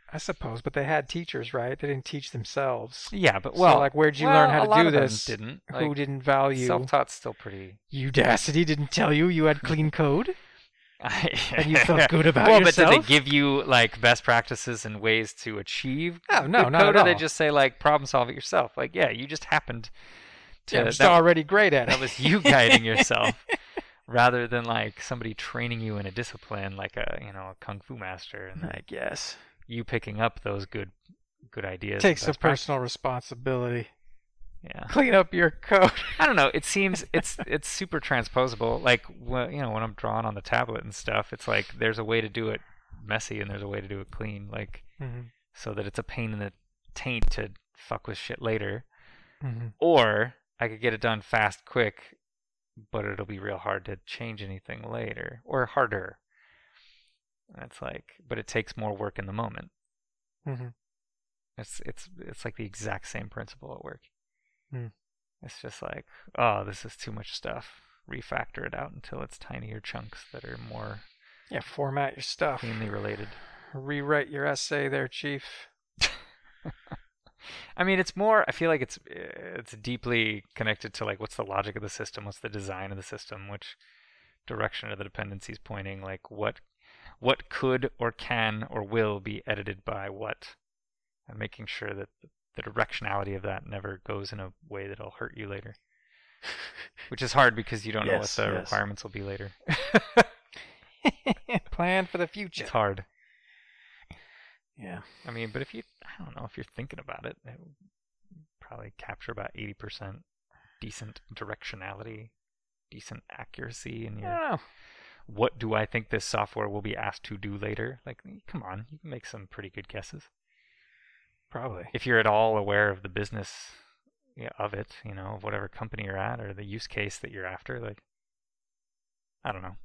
I suppose, but they had teachers, right? They didn't teach themselves. Yeah, but So, well, like, where'd you well, learn how a to lot do of them this? Didn't Who Like, didn't value Self-taught's still pretty. Udacity? Didn't tell you you had clean code, [laughs] and you [laughs] felt good about well, yourself. but did they give you like best practices and ways to achieve? No, Oh, no, good not code, at or They all. just say like problem solve it yourself. Like yeah, you just happened to. Yeah, I'm just uh, that, already great at it. that was you guiding [laughs] yourself, rather than like somebody training you in a discipline, like a you know a kung fu master, and [laughs] I guess. you picking up those good good ideas. and takes a best practices. personal responsibility. Yeah. Clean up your code. [laughs] I don't know. It seems it's it's super transposable. Like wh- you know, when I'm drawing on the tablet and stuff, it's like there's a way to do it messy and there's a way to do it clean, like Mm-hmm. so that it's a pain in the taint to fuck with shit later. Mm-hmm. Or I could get it done fast, quick, but it'll be real hard to change anything later or harder. It's like, but it takes more work in the moment. Mhm. It's it's it's like the exact same principle at work. Hmm. It's just like, oh, this is too much stuff. Refactor it out until it's tinier chunks that are more Yeah, format your stuff. cleanly related. Rewrite your essay there, Chief. I mean, it's more. I feel like it's it's deeply connected to like what's the logic of the system, what's the design of the system, which direction are the dependencies pointing, like what what could or can or will be edited by what, and making sure that the directionality of that never goes in a way that'll hurt [laughs] you later. Which is hard because you don't Yes, know what the yes. requirements will be later. Plan for the future. It's hard. Yeah. I mean, but if you, I don't know, if you're thinking about it, it would probably capture about 80% decent directionality, decent accuracy in your I what do I think this software will be asked to do later? Like, come on, you can make some pretty good guesses. Probably. If you're at all aware of the business yeah, of it, you know, of whatever company you're at or the use case that you're after, like, I don't know.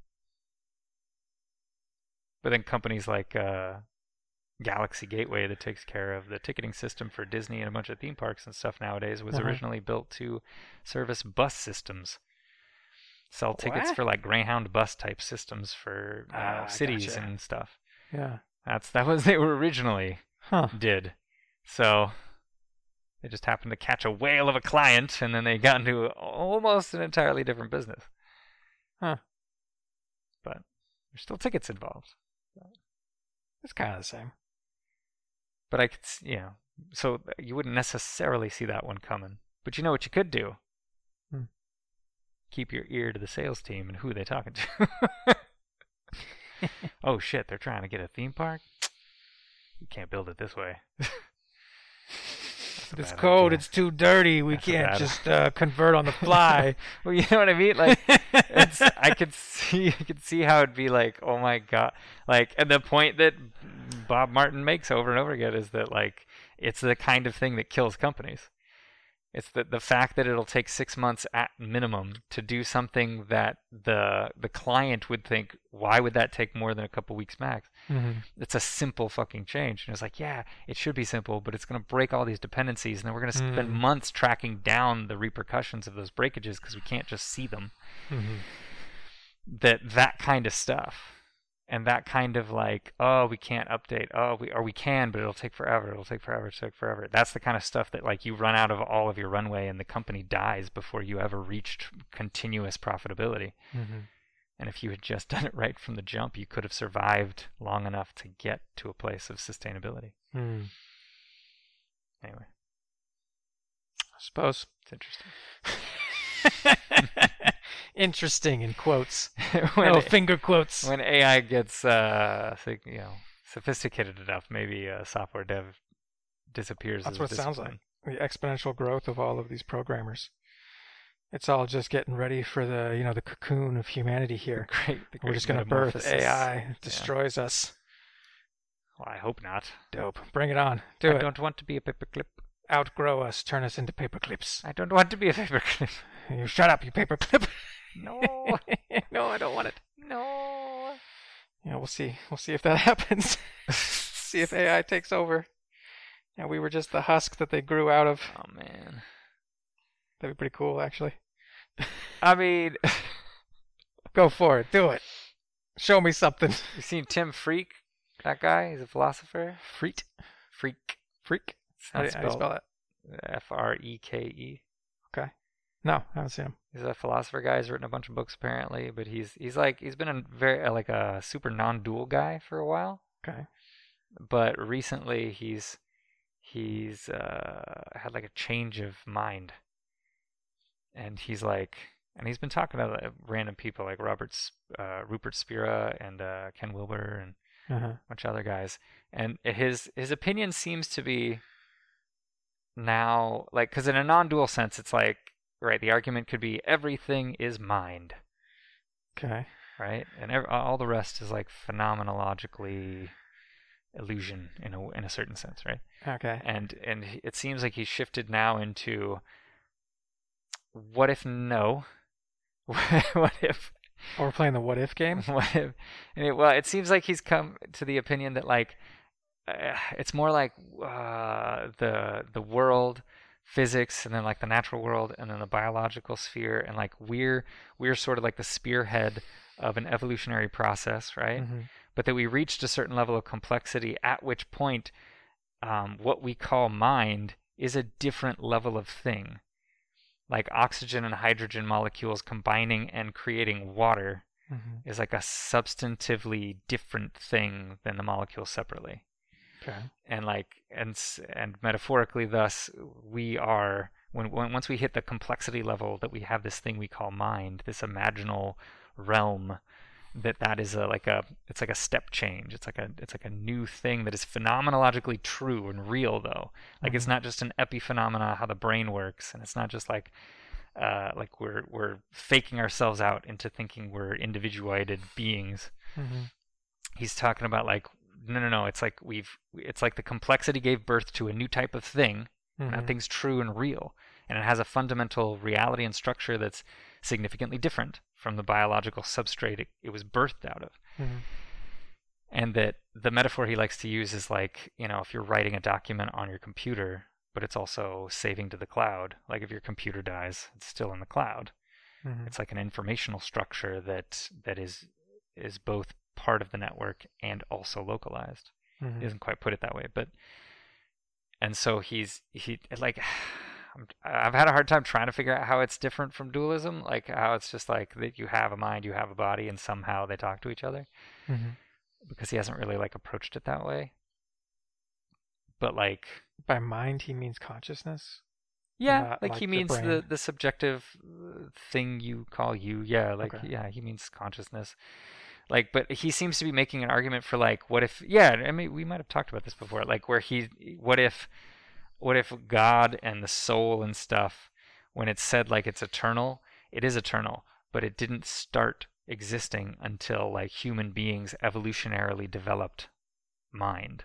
But then companies like uh, Galaxy Gateway that takes care of the ticketing system for Disney and a bunch of theme parks and stuff nowadays was Uh-huh. originally built to service bus systems. Sell tickets What? for like Greyhound bus type systems for uh, Ah, cities gotcha. and stuff. Yeah. That's that was [laughs] they were originally Huh. did. So they just happened to catch a whale of a client and then they got into almost an entirely different business. Huh. But there's still tickets involved. It's kind of the same. But I could, s- you know, so th- you wouldn't necessarily see that one coming. But you know what you could do? Hmm. Keep your ear to the sales team and who they talking [laughs] to. [laughs] oh shit, they're trying to get a theme park. You can't build it this way. a This bad code, idea. it's too dirty. We That's a can't bad- just uh, convert on the fly. Well, you know what I mean? [laughs] Like [laughs] it's, I could see, I could see how it'd be like, oh my god, like, and the point that Bob Martin makes over and over again is that like, it's the kind of thing that kills companies. It's the the fact that it'll take six months at minimum to do something that the the client would think, why would that take more than a couple weeks max? Mhm. It's a simple fucking change, and it's like, yeah, it should be simple, but it's gonna break all these dependencies, and then we're gonna spend Mm. months tracking down the repercussions of those breakages because we can't just see them Mhm. that that kind of stuff and that kind of like oh we can't update oh we or we can but it'll take forever it'll take forever it'll take forever that's the kind of stuff that like you run out of all of your runway and the company dies before you ever reached continuous profitability Mhm. and if you had just [laughs] done it right from the jump you could have survived long enough to get to a place of sustainability Mhm. anyway I suppose. it's interesting [laughs] Interesting in quotes. [laughs] [laughs] When no, it- finger quotes. when AI gets uh, sig- you know sophisticated enough, maybe uh, software dev disappears. That's as a what it sounds like. [laughs] discipline. the exponential growth of all of these programmers. It's all just getting ready for the you know the cocoon of humanity here. Great, the We're great just going to birth metamorphosis. AI. It destroys us. Well, I hope not. Dope. Bring it on. Do I it. don't want to be a paperclip. outgrow us, turn us into paperclips. I don't want to be [laughs] a paperclip. You shut up, you [laughs] paperclip. [laughs] No, no, I don't want it. no. Yeah, we'll see. We'll see if that [laughs] happens. [laughs] see if AI takes over. And we were just the husk that they grew out of. Oh man. That'd be pretty cool, actually. I mean, [laughs] Go for it. Do it. Show me something. you seen Tim Freak? That guy. He's a philosopher. Freak. Freak. Freak. It's How do, not you, how do you spelled spell that? F R E K E. No, I haven't seen him. He's a philosopher guy. He's written a bunch of books apparently, but he's he's like he's been a very uh, like a super non-dual guy for a while. Okay. But recently he's he's uh, had like a change of mind, and he's like and he's been talking to like, random people like Robert S- uh, Rupert Spira and uh, Ken Wilber and Uh-huh. a bunch of other guys, and his his opinion seems to be now like because in a non-dual sense it's like right the argument could be everything is mind Okay. right? And ev- all the rest is like phenomenologically illusion in a in a certain sense, right? Okay. And and he- it seems like he shifted now into what if no? [laughs] what if Oh, we're playing the what if game? [laughs] what if? And it, well, it seems like he's come to the opinion that like uh, it's more like uh, the the world physics and then like the natural world and then the biological sphere and like we're we're sort of like the spearhead of an evolutionary process right Mhm. but that we reached a certain level of complexity at which point um, what we call mind is a different level of thing like oxygen and hydrogen molecules combining and creating water Mhm. is like a substantively different thing than the molecules separately Okay. and like and s- and metaphorically thus we are when, when once we hit the complexity level that we have this thing we call mind this imaginal realm that that is a like a it's like a step change it's like a it's like a new thing that is phenomenologically true and real though like it's Mhm. not just an epiphenomena how the brain works and it's not just like uh like we're we're faking ourselves out into thinking we're individuated beings Mhm. he's talking about like no no no it's like we've it's like the complexity gave birth to a new type of thing and that Mhm. thing's true and real and it has a fundamental reality and structure that's significantly different from the biological substrate it, it was birthed out of Mhm. and that the metaphor he likes to use is like you know if you're writing a document on your computer but it's also saving to the cloud like if your computer dies it's still in the cloud Mhm. it's like an informational structure that that is is both part of the network and also localized he Mhm. doesn't quite put it that way but and so he's he like [sighs] I'm- i've had a hard time trying to figure out how it's different from dualism like how it's just like that you have a mind you have a body and somehow they talk to each other Mhm. because he hasn't really like approached it that way but like By mind, he means consciousness. yeah Not like, like he your means the brain. the subjective uh, thing you call you yeah like Okay. yeah he means consciousness like but he seems to be making an argument for like what if yeah i mean we might have talked about this before like where he what if what if god and the soul and stuff when it's said like it's eternal it is eternal but it didn't start existing until like human beings evolutionarily developed mind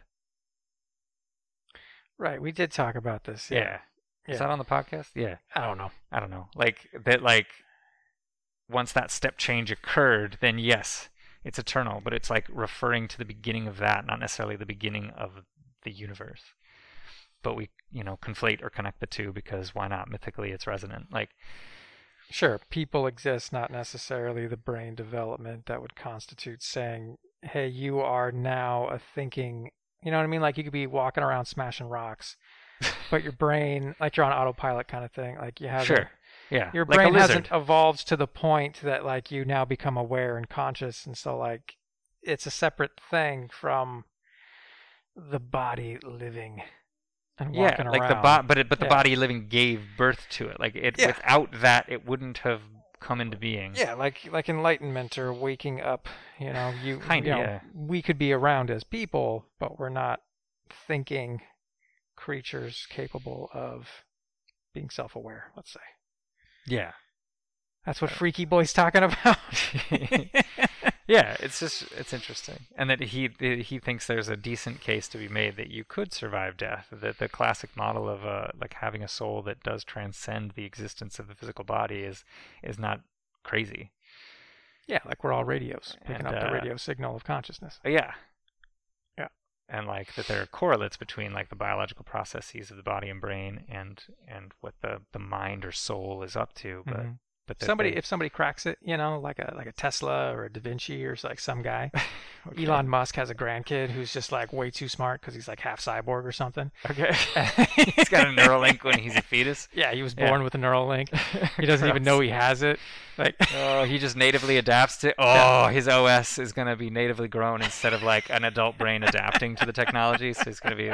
Right. We did talk about this. yeah, Yeah. is Yeah. that on the podcast yeah I don't know. I don't know, like that, like once that step change occurred, then yes, it's eternal. But it's like referring to the beginning of that, not necessarily the beginning of the universe. But we, you know, conflate or connect the two because why not? Mythically, it's resonant. Like, Sure, people exist, not necessarily the brain development that would constitute saying, hey, you are now a thinking. You know what I mean? Like you could be walking around smashing [laughs] rocks, but your brain, like you're on autopilot kind of thing. Like you have sure, yeah, your like brain a hasn't lizard. evolved to the point that like you now become aware and conscious and so like it's a separate thing from the body living and walking yeah, around. like the body, but it, but the Yeah. body living gave birth to it. Like it, Yeah. without that, it wouldn't have come into being. Yeah, like like enlightenment or waking up. You know, [laughs] you Kinda, you know, yeah. we could be around as people, but we're not thinking creatures capable of being self-aware. Let's say yeah. [laughs] that's what Freaky Boy's talking about. [laughs] Yeah, it's just it's interesting, and that he he thinks there's a decent case to be made that you could survive death. That the classic model of uh, like having a soul that does transcend the existence of the physical body is is not crazy. Yeah, like we're all radios picking And, up the uh, radio signal of consciousness. Uh, Yeah. Yeah. And like that there are correlates between like the biological processes of the body and brain and and what the the mind or soul is up to, but Mhm. but that Somebody, they- if somebody cracks it, you know, like a like a Tesla or a Da Vinci or like some guy. [laughs] Okay. Elon Musk has a grandkid who's just like way too smart because he's like half cyborg or something. [laughs] Okay. [laughs] He's got a neural link when he's a fetus. Yeah, he was Yeah. born with a neural [laughs] link. He doesn't even know he has it. Like, [laughs] Oh, he just natively adapts to. Oh, his OS is gonna be natively grown instead of like an adult brain adapting to the technology. So he's gonna be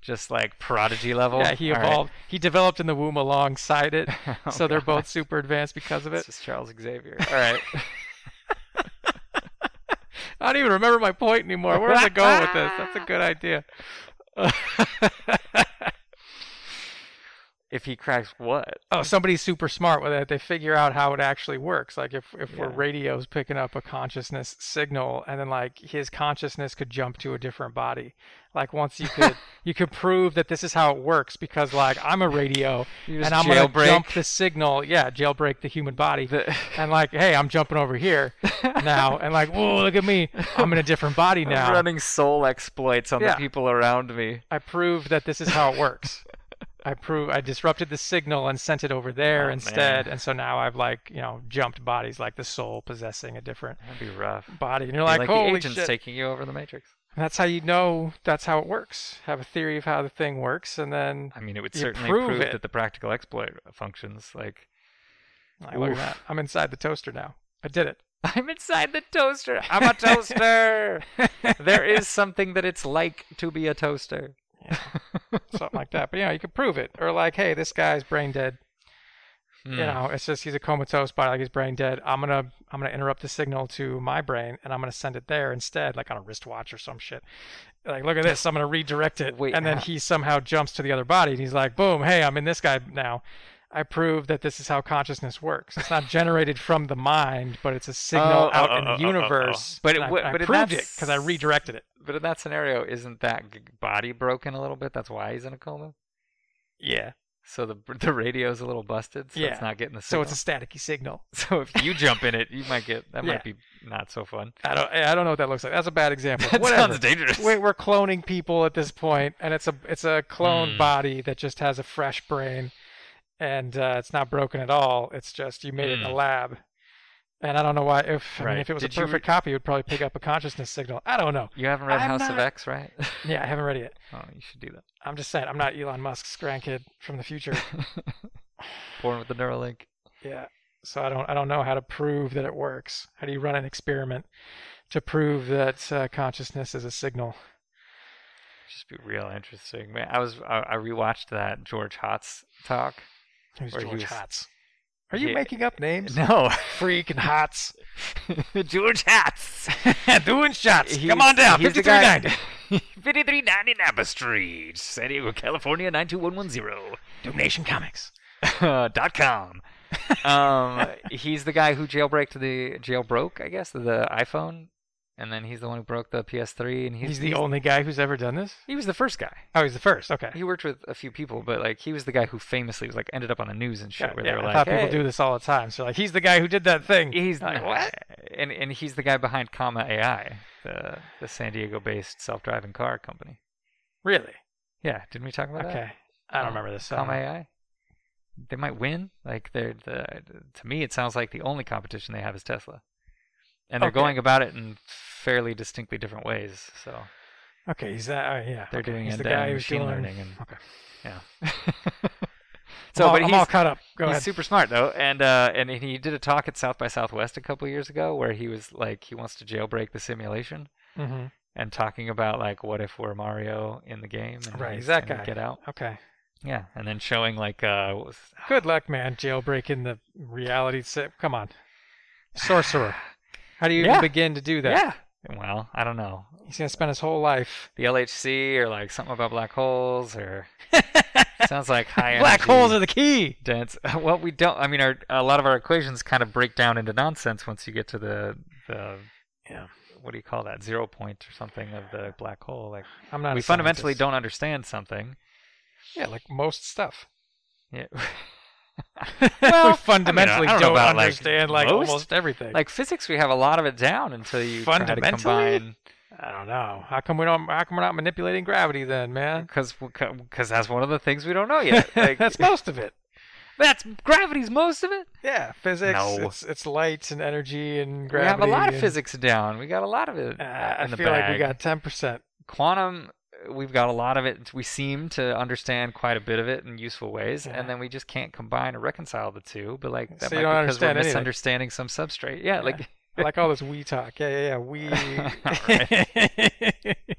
just like prodigy level. yeah, he All right. evolved. He developed in the womb alongside it, [laughs] Oh, so they're God. both super advanced because of This [laughs] it. is Charles Xavier. All right. [laughs] I don't even remember my point anymore. Where was I going with this? That's a good [laughs] idea. if he cracks what? [laughs] Oh, somebody's super smart with it. They figure out how it actually works. Like if if we're Yeah. radios picking up a consciousness signal, and then like his consciousness could jump to a different body. Like once you [laughs] could you could prove that this is how it works because like I'm a radio You and just I'm jailbreak gonna jump the signal. Yeah, jailbreak the human body. the- and like, hey, I'm jumping over [laughs] here now, and like, whoa, look at me, I'm in a different body now. [laughs] I'm running soul exploits on Yeah. the people around me. I proved that this is how it works. I prove I disrupted the signal and sent it over there Oh, instead, man. and so now I've like you know jumped bodies, like the soul possessing a different That'd be rough. body, and you're Be like, the holy agents shit! taking you over the matrix. That's how you know that's how it works. Have a theory of how the thing works, and then I mean, it would You certainly prove prove, it. that the practical exploit functions. Like like, look at Oof. that, I'm inside the toaster now. I did it. [laughs] I'm inside the toaster. [laughs] I'm a toaster. [laughs] there is something that it's like to be a toaster. something like that. But you know, you could prove it, or like, hey, this guy's brain dead. Hmm. you know it's just he's a comatose body like he's brain dead i'm gonna i'm gonna interrupt the signal to my brain and i'm gonna send it there instead like on a wristwatch or some shit like look at this i'm gonna redirect it Wait, and then how- he somehow jumps to the other body and he's like boom hey i'm in this guy now i prove that this is how consciousness works it's not generated from the mind but it's a signal Oh, out oh, in oh, oh, the oh, oh. universe But it and I- would- I, but it- proved it that's- because i redirected it But in that scenario, isn't that g- body broken a little bit? That's why he's in a coma. yeah So the [laughs] the radio's a little busted. So Yeah. it's not getting the so signal. it's a staticky signal [laughs] So if you jump in it, you might get that might be not so fun. i don't i don't know what that looks like that's a bad example That whatever sounds dangerous. Wait, we're cloning people at this point, and it's a it's a cloned Hmm. body that just has a fresh brain, and uh, it's not broken at all. It's just you made it in a Hmm. lab, and I don't know why. If I mean, Right. if it was Did a you re- perfect copy, it would probably pick up a consciousness signal. I don't know. You haven't read I'm House of not- X, right? [laughs] Yeah, I haven't read it yet. oh, you should do that. I'm just saying, I'm not Elon Musk's grandkid from the [laughs] future. Born with the Neuralink. yeah, so I don't I don't know how to prove that it works. How do you run an experiment to prove that uh, consciousness is a signal? Just be real interesting, man. I was I, I rewatched that George Hotz talk. Who's Or he George was- Hotz? Are you Yeah. making up [laughs] names? No, Freak and Hotz. [laughs] George [laughs] Hotz. doing shots. He's- Come on down, he's the fifty-three guy- ninety. [laughs] 5390 Napa Street, San Diego, California 92110. Domination Comics. uh, dot com. [laughs] um, he's the guy who jailbreaked the jailbroke, I guess, the iPhone, and then he's the one who broke the PS3, and he's, He's, the only guy who's ever done this. he was the first guy. Oh, he's the first. Okay. He worked with a few people, but like he was the guy who famously was like ended up on the news and shit, Yeah, where yeah, they were I like, thought hey, people do this all the time. So like, he's the guy who did that thing. He's Like, [laughs] no, what? and and he's the guy behind Comma AI, the the San Diego based self driving car company. Really? Yeah, didn't we talk about that? Okay. I don't Oh, remember this. Comma Um, AI. They might win. Like they're the to me, it sounds like the only competition they have is Tesla, and they're Okay. going about it in fairly distinctly different ways. So okay, he's that. Uh, yeah. they're okay, doing he's the end guy to who's machine doing. learning and [laughs] Okay. yeah. [laughs] I'm so, all, but I'm he's all caught up. Go he's ahead. super smart though, and uh, and and he did a talk at South by Southwest a couple years ago where he was like he wants to jailbreak the simulation Mhm. and talking about like what if we're Mario in the game and Right, he's he's that gonna guy. get out Okay. yeah and then showing like uh what was Good luck, man. Jailbreaking the reality. Si- Come on, sorcerer. [sighs] How do you Yeah. even begin to do that? yeah well I don't know He's gonna spend his whole life. the LHC or like something about black [laughs] holes or sounds like high Black energy, holes are the key. dense. [laughs] Well, we don't. I mean, our a lot of our equations kind of break down into nonsense once you get to the the Yeah. what do you call that zero point or something of the black hole like I'm not. we a fundamentally scientist. don't understand something Yeah, like most stuff. [laughs] yeah [laughs] we fundamentally I don't know don't, about, like, understand like, most. almost everything. like physics we have a lot of it down until you try to Fundamentally? combine I don't know. How come we don't? How come we're not manipulating gravity then, man? because because that's one of the things we don't know [laughs] yet like That's most of it. that's gravity's most of it Yeah, physics. No. It's, it's light and energy and we have gravity. a lot of and- physics down we got a lot of it Uh, I in the feel like we bag. got ten percent. quantum we've got a lot of it we seem to understand quite a bit of it in useful ways Yeah. and then we just can't combine or reconcile the two but like that So might you be don't because we're understand anything. misunderstanding some substrate yeah, Yeah. like I like all this we talk. Yeah, yeah, yeah. [laughs] We. Right. [laughs]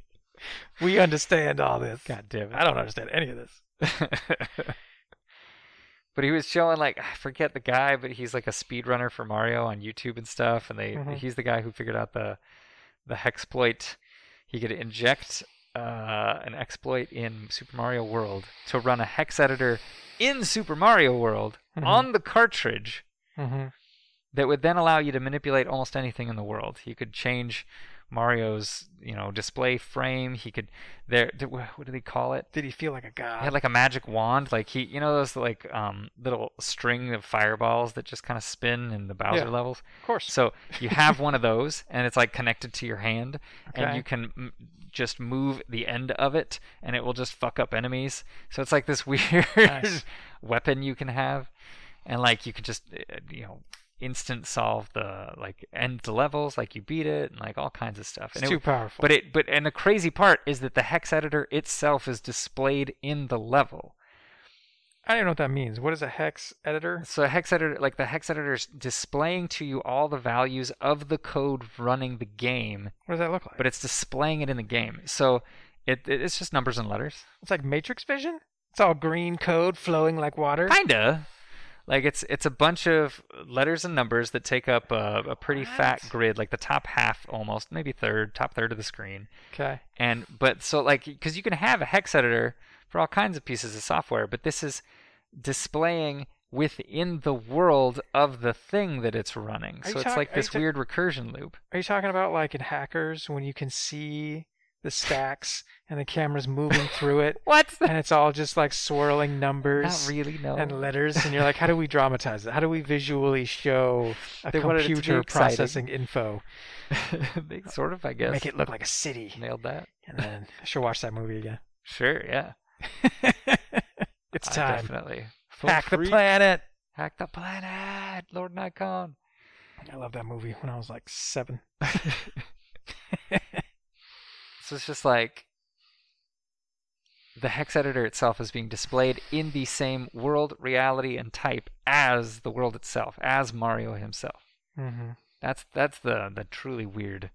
we understand all this. god damn it I don't understand any of this. [laughs] but he was showing like i forget the guy but he's like a speedrunner for mario on youtube and stuff and they Mhm. he's the guy who figured out the the hexploit he could inject uh, an exploit in super mario world to run a hex editor in super mario world Mhm. on the cartridge Mm-hmm. that would then allow you to manipulate almost anything in the world. You could change Mario's, you know, display frame. He could there d- wh- what do they call it? Did he feel like a He god? had like a magic wand, like he, you know, those like um little string of fireballs that just kind of spin in the Bowser Yeah. levels. of course. So you have one of those, and it's like connected to your hand, and Okay. you can m- just move the end of it, and it will just fuck up enemies. So it's like this [laughs] weird Nice. weapon you can have, and like you could just uh, you know instant solve the like end the levels, like you beat it, and like all kinds of stuff. And It's it- too powerful. but it but and the crazy part is that the hex editor itself is displayed in the level. I don't even know what that means. What is a hex editor? So a hex editor, like the hex editor, is displaying to you all the values of the code running the game, What does that look like? but it's displaying it in the game. So it, it it's just numbers and letters, It's like Matrix Vision. It's all green code flowing like water. kinda. Like it's it's a bunch of letters and numbers that take up a, a pretty fat What? grid, like the top half almost, maybe third, top third of the screen. Okay. and but so like because you can have a hex editor for all kinds of pieces of software but this is displaying within the world of the thing that it's running Are you so it's talk- like are you this ta- weird recursion loop Are you talking about like in Hackers when you can see the stacks and the camera's moving through it [laughs] what and it's all just like swirling not numbers really no [laughs] and letters and you're like, how do we dramatize it? How do we visually show a They wanted it to be computer exciting. processing info? They sort of i guess Make it look like a city. nailed that And then I should watch that movie [laughs] again. sure yeah it's I time. definitely For Hack the free. planet. hack the planet lord nikon I love that movie when I was like seven. So it's just like the hex editor itself is being displayed in the same world, reality, and type as the world itself, as Mario himself. Mm-hmm. That's that's the the truly weird,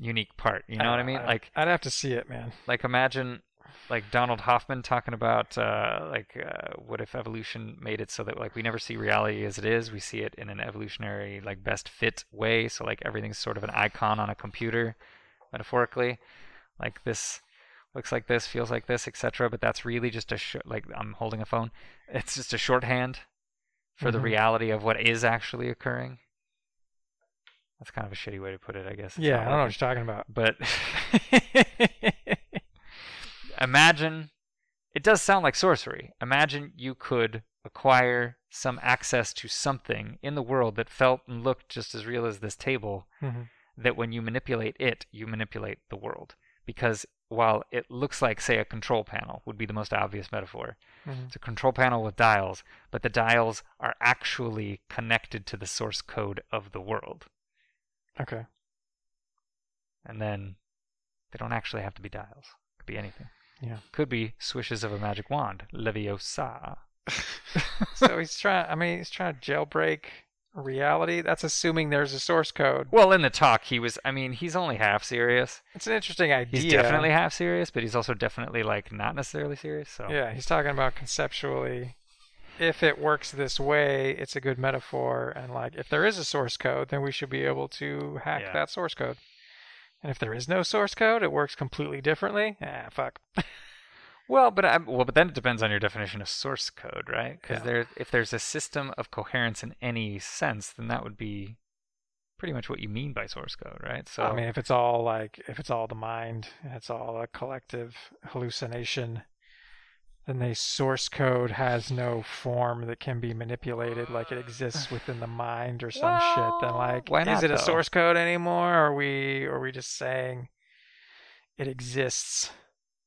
unique part. You know what I mean? Like I'd have to see it, man. like imagine like Donald Hoffman talking about uh, like uh, what if evolution made it so that like we never see reality as it is, we see it in an evolutionary like best fit way. So like everything's sort of an icon on a computer, metaphorically. Like this looks like this, feels like this, etc. But that's really just a sh- like I'm holding a phone. [laughs] It's just a shorthand for the Mhm. reality of what is actually occurring. That's kind of a shitty way to put it, I guess. It's yeah, not I don't know working what you're talking about. but [laughs] imagine it does sound like sorcery. Imagine you could acquire some access to something in the world that felt and looked just as real as this table Mhm. that when you manipulate it, you manipulate the world because while it looks like say a control panel would be the most obvious metaphor Mhm. it's a control panel with dials but the dials are actually connected to the source code of the world Okay. and then they don't actually have to be dials. Could be anything. Yeah. Could be swishes of a magic wand. Leviosa. so he's trying. I mean, he's trying to jailbreak reality. That's assuming there's a source code. Well, in the talk, he was. I mean, he's only half serious. It's an interesting idea. He's definitely half serious, but he's also definitely like not necessarily serious. So Yeah, he's talking about conceptually. If it works this way, it's a good metaphor. And like, if there is a source code, then we should be able to hack Yeah. that source code. And if there is no source code, it works completely differently. Ah, fuck. Well, but I, well, but then it depends on your definition of source code, right? Because Yeah. there, if there's a system of coherence in any sense, then that would be pretty much what you mean by source code, right? So I mean, if it's all like if it's all the mind and it's all a collective hallucination, then the source code has no form that can be manipulated. Like it [sighs] exists within the mind or some shit. Then Well, like, why is not, it a though? source code anymore? Or are we or are we just saying it exists?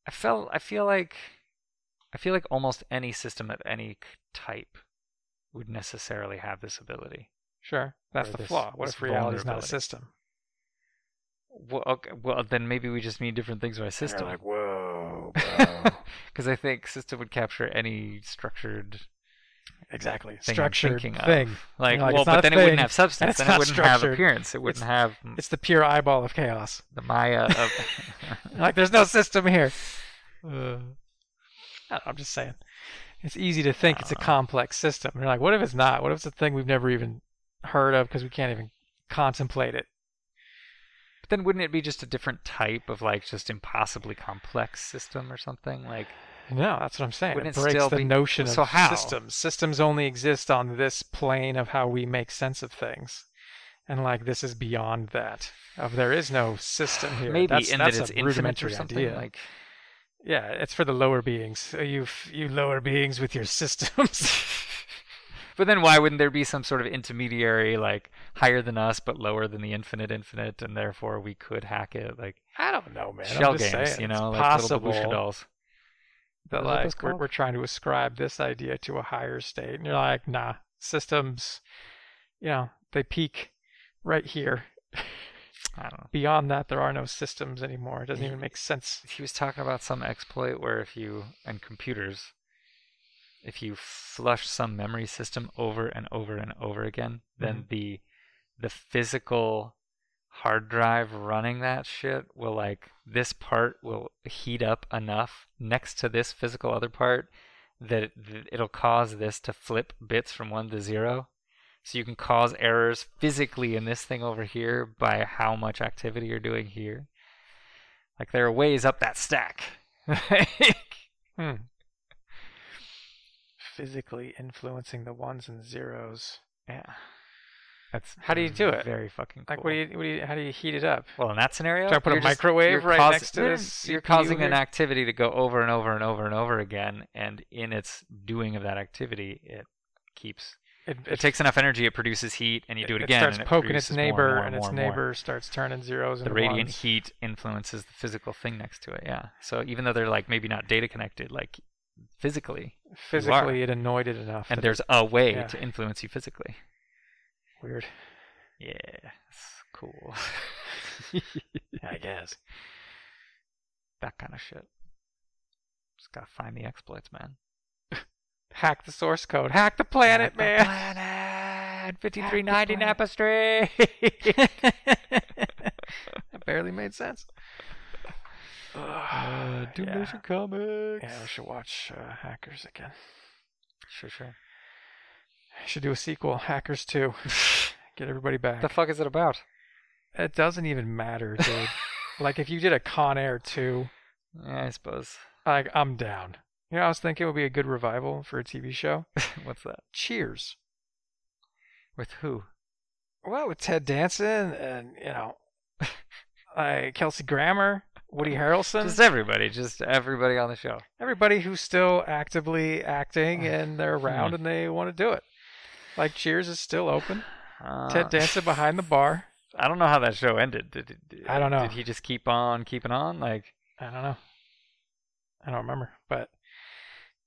I felt I feel like I feel like almost any system of any c- type would necessarily have this ability. Sure, that's Or the this- flaw. What this if reality is not a vulnerability. system? Well, okay, well, then maybe we just need different things by And system. You're like, whoa, bro. Because I think system would capture any structured [laughs] Exactly, thing I'm structured thinking thing. of. Like, You're like, well, it's not but a then it thing, wouldn't have substance. it's Then it not wouldn't have structured, appearance. It wouldn't have m- It's the pure eyeball of chaos. the Maya [laughs] of. Like, there's no system here. I don't know, I'm just saying. It's easy to think it's a Uh. complex system. You're like, what if it's not? What if it's a thing we've never even heard of because we can't even contemplate it? But then wouldn't it be just a different type of like just impossibly complex system or something? Like No, that's what I'm saying. Wouldn't It it breaks still the be- notion So of how? systems. Systems only exist on this plane of how we make sense of things. And like this is beyond that. Of there is no system here. maybe that's, in that's that it's a infinite or rudimentary something. idea. Like yeah, it's for the lower beings. So you f- you lower beings with your [laughs] systems. But then why wouldn't there be some sort of intermediary, like higher than us but lower than the infinite infinite, and therefore we could hack it, like I don't know, man. shell I'm just games, saying, you it's know, like possible. little babushka dolls. that Is that what like it's we're, called? we're trying to ascribe this idea to a higher state and you're like nah systems you know they peak right here I don't know. beyond that there are no systems anymore it doesn't Ye- even make sense He was talking about some exploit where if you and computers, if you flush some memory system over and over and over again, Mm-hmm. then the the physical hard drive running that shit will like this part will heat up enough next to this physical other part that it, th- it'll cause this to flip bits from 1 to 0 so you can cause errors physically in this thing over here by how much activity you're doing here like there are ways up that stack [laughs] hmm. physically influencing the ones and zeros yeah that's How do you do it? very fucking like what do you what do you how do you heat it up Well, in that scenario, Do I put a you're just- microwave you're right next to no, no, this You're CPU causing an here? activity to go over and over and over and over again, and in its doing of that activity, it keeps. it, It, takes enough energy. It produces heat, and you do it, again. starts and it poking its produces more and neighbor more and, more its more. neighbor starts turning zeros The into radiant ones. heat influences the physical thing next to it. Yeah. So even though they're like maybe not data connected, like physically, physically it annoyed it enough and that it- there's a way yeah. to influence you physically. [laughs] weird Yeah. It's [laughs] cool. i guess that kind of shit. Just gotta find the exploits, man. hack the source code hack the planet Hack the man [laughs] Planet Hack the 5390 planet. Napa Street. [laughs] That barely made sense. uh, Doom yeah. Nation Comics. Yeah, we should watch uh, Hackers again. Sure, sure. Should do a sequel, Hackers 2. [laughs] Get everybody back. The fuck is it about? it doesn't even matter, [laughs] dude. like, if you did a Con Air 2, Yeah, I suppose. [laughs] like, I'm down. You know, I was thinking it would be a good revival for a TV show. What's that? Cheers. With who? Well, with Ted Danson and, you know, [laughs] like Kelsey Grammer, Woody Harrelson. Just everybody. Just everybody on the show. everybody who's still actively acting and they're around Hmm. and they want to do it. Like Cheers is still open. Uh, Ted Danson behind the bar. [laughs] I don't know how that show ended. Did, did I don't know. Did he just keep on keeping on? Like, I don't know. I don't remember, but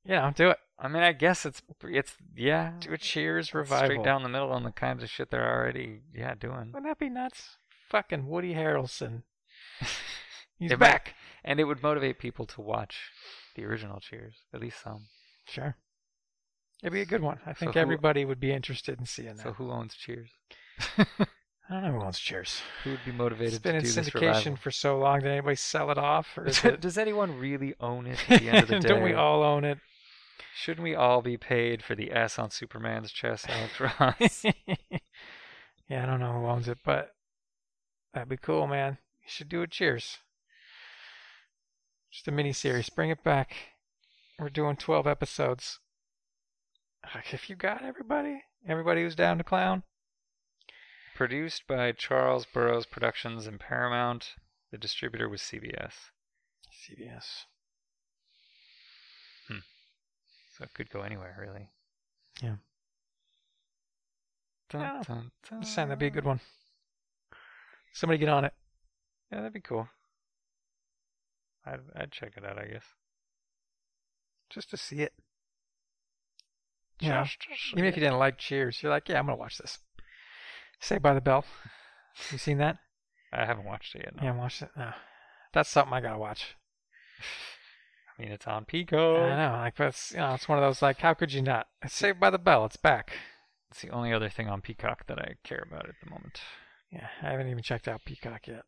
you know, do it. I mean, I guess it's it's yeah. Do a Cheers it's revival. Straight down the middle on the kinds of shit they're already yeah doing. Wouldn't that be nuts? Fucking Woody [laughs] Harrelson. He's It might- back. and it would motivate people to watch the original Cheers, at least some. Sure. It'd be a good one. I think who- everybody would be interested in seeing that. So who owns Cheers? I don't know who wants Cheers. Who would be It's motivated been to in do this syndication revival? for so long. Did anybody sell it off, or is it? Does anyone really own it at [laughs] the end of the [laughs] day? Don't we all own it? Shouldn't we all be paid for the S on Superman's chest, [laughs] Alex Ross? Yeah, I don't know who owns it, but that'd be cool, man. You should do a Cheers. Just a mini series. Bring it back. We're doing twelve episodes. Like, If you got everybody, everybody who's down to clown, Produced by Charles Burroughs Productions and Paramount. The distributor was CBS. CBS. So it could go anywhere, really. Yeah. I Dun, don't dun, dun. Sound that'd be a good one. Somebody get on it. Yeah, that'd be cool. I'd, I'd check it out, I guess. Just to see it. Yeah. Even if you didn't like Cheers, you're like, yeah, I'm gonna watch this. Saved by the Bell. You seen that? I haven't watched it yet. No. Yeah, watched it. No, that's something I gotta watch. I mean, it's on Pico. I know, like that's you know, it's one of those like, how could you not? It's Saved by the Bell. It's back. It's the only other thing on Peacock that I care about at the moment. Yeah, I haven't even checked out Peacock yet.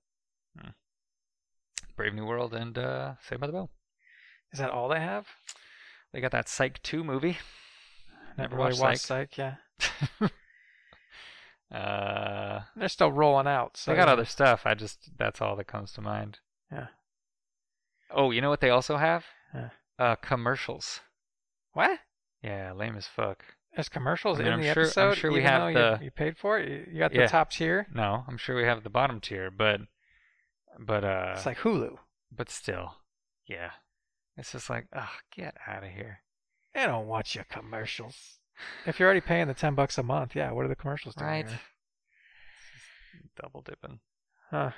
Brave New World and uh, Saved by the Bell. Is that all they have? They got that Psych 2 movie. Never really watched Psych. Yeah, uh, they're still rolling out. So they got yeah. other stuff. I just, that's all that comes to mind. Yeah. Oh, you know what they also have? Huh. Uh, commercials. What? Yeah, lame as fuck. There's commercials I mean, in I'm the sure- I'm episode. sure we even have though you- the- You, paid for it. You, you got the Yeah. top tier. No, I'm sure we have the bottom tier, but, but uh, It's like Hulu. but still, yeah. It's just like, ugh, get out of here. They don't want your commercials. If you're already paying the ten bucks a month, yeah, what are the commercials doing? Right. here? Double dipping. Huh.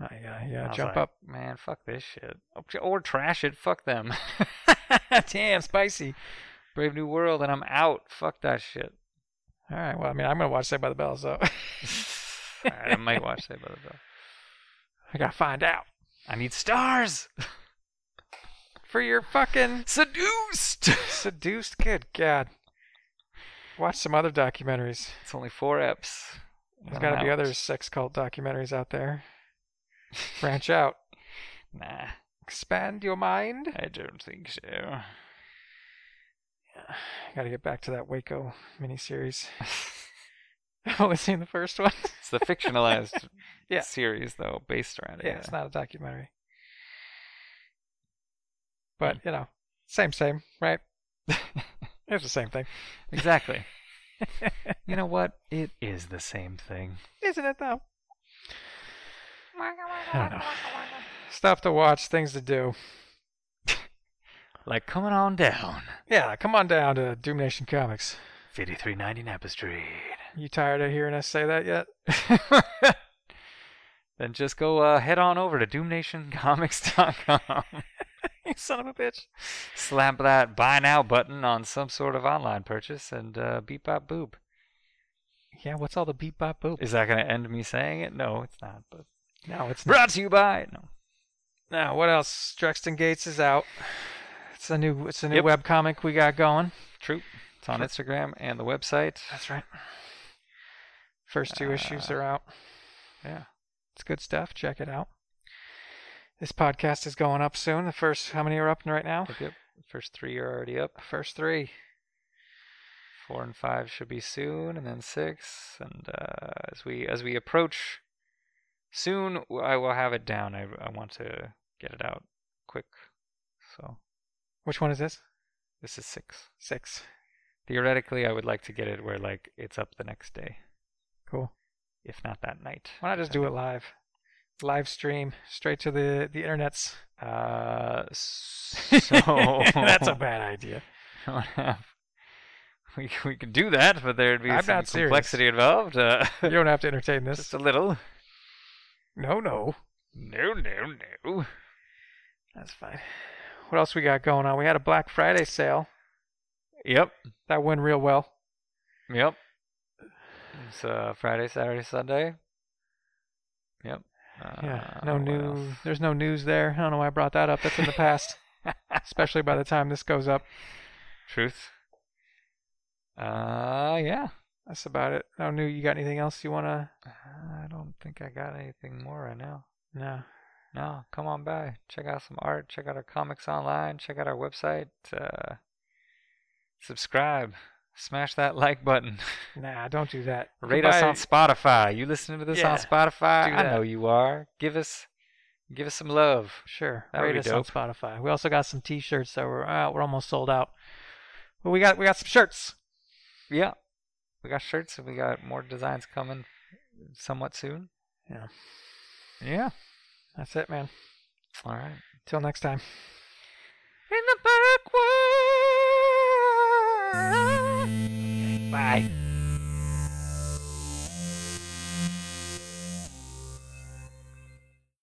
Oh, yeah, I yeah. was Jump like, up. man. Fuck this shit, Or- or trash it. Fuck them. [laughs] Damn, spicy. Brave New World, and I'm out. Fuck that shit. All right. Well, I mean, I'm gonna watch Saved by the Bell, so [laughs] All right, I might watch that, but I gotta find out I need stars. for your fucking Seduced. seduced. Good God. Watch some other documentaries. [laughs] It's only four eps. There's I'm got to be out. other sex cult documentaries out there. Branch out. Nah, Expand your mind. I don't think so. Got to get back to that Waco miniseries. [laughs] I've only seen the first one. [laughs] It's the fictionalized Yeah. series, though, based around it. yeah, it's not a documentary. But, you know, same, same, [laughs] right? it's the same thing. [laughs] Exactly. you know what? It is the same thing. Isn't it, though? I don't know. Stuff to watch, things to do. Like coming on down, Yeah, come on down to Doom Nation Comics. fifty-three ninety Napa Street. [laughs] You tired of hearing us say that yet? then just go uh, head on over to [laughs] DoomNationComics.com. you son of a bitch. Slap that buy now button on some sort of online purchase and uh, beep bop boop. Yeah, what's all the beep bop boop? Is that going to end me saying it? No, it's not. But No, it's not. brought to you by no. Now, what else? Drexton Gates is out. It's a new it's a new Yep. web webcomic we got going. True. It's on Instagram and the website. That's right. First two issues Uh, are out. yeah. It's good stuff. Check it out. This podcast is going up soon. The first how many are up right now? Yep, Yep. First three are already up. First three. four and five should be soon and then six and uh, as we as we approach soon w- i will have it down i, I want to get it out quick so Which one is this? this is six Six. theoretically i would like to get it where like it's up the next day Cool. if not that night Why not just do it live? Live stream straight to the the [laughs] internets. uh so [laughs] that's [laughs] a bad idea. I don't have- we, c- we could do that but there'd be I'm some not serious. complexity involved uh, [laughs] You don't have to entertain this. just a little No, no. no no no That's fine. What else we got going on? We had a Black Friday sale yep that went real well. Yep. It's uh, Friday, Saturday, Sunday. Yep. Uh, Yeah, no what new. else? There's no news there. I don't know why I brought that up. That's in the [laughs] past, especially by the time this goes up. Truth. Uh, yeah. That's about it. No new. You got anything else you wanna? I don't think I got anything more right now. No. No, come on by. Check out some art. Check out our comics online. Check out our website. Uh, subscribe. Smash that like [laughs] button. Nah, don't do that. Rate Goodbye. us on Spotify. You listening to this Yeah, on Spotify? do I that. know you are. Give us, give us some love. Sure. That would Rate be us on Spotify. We also got some T-shirts that we're uh, we're almost sold out. But we got we got some shirts. Yeah. we got shirts and we got more designs coming somewhat soon. Yeah. That's it, man. All right. Till next time. In the back world. Bye.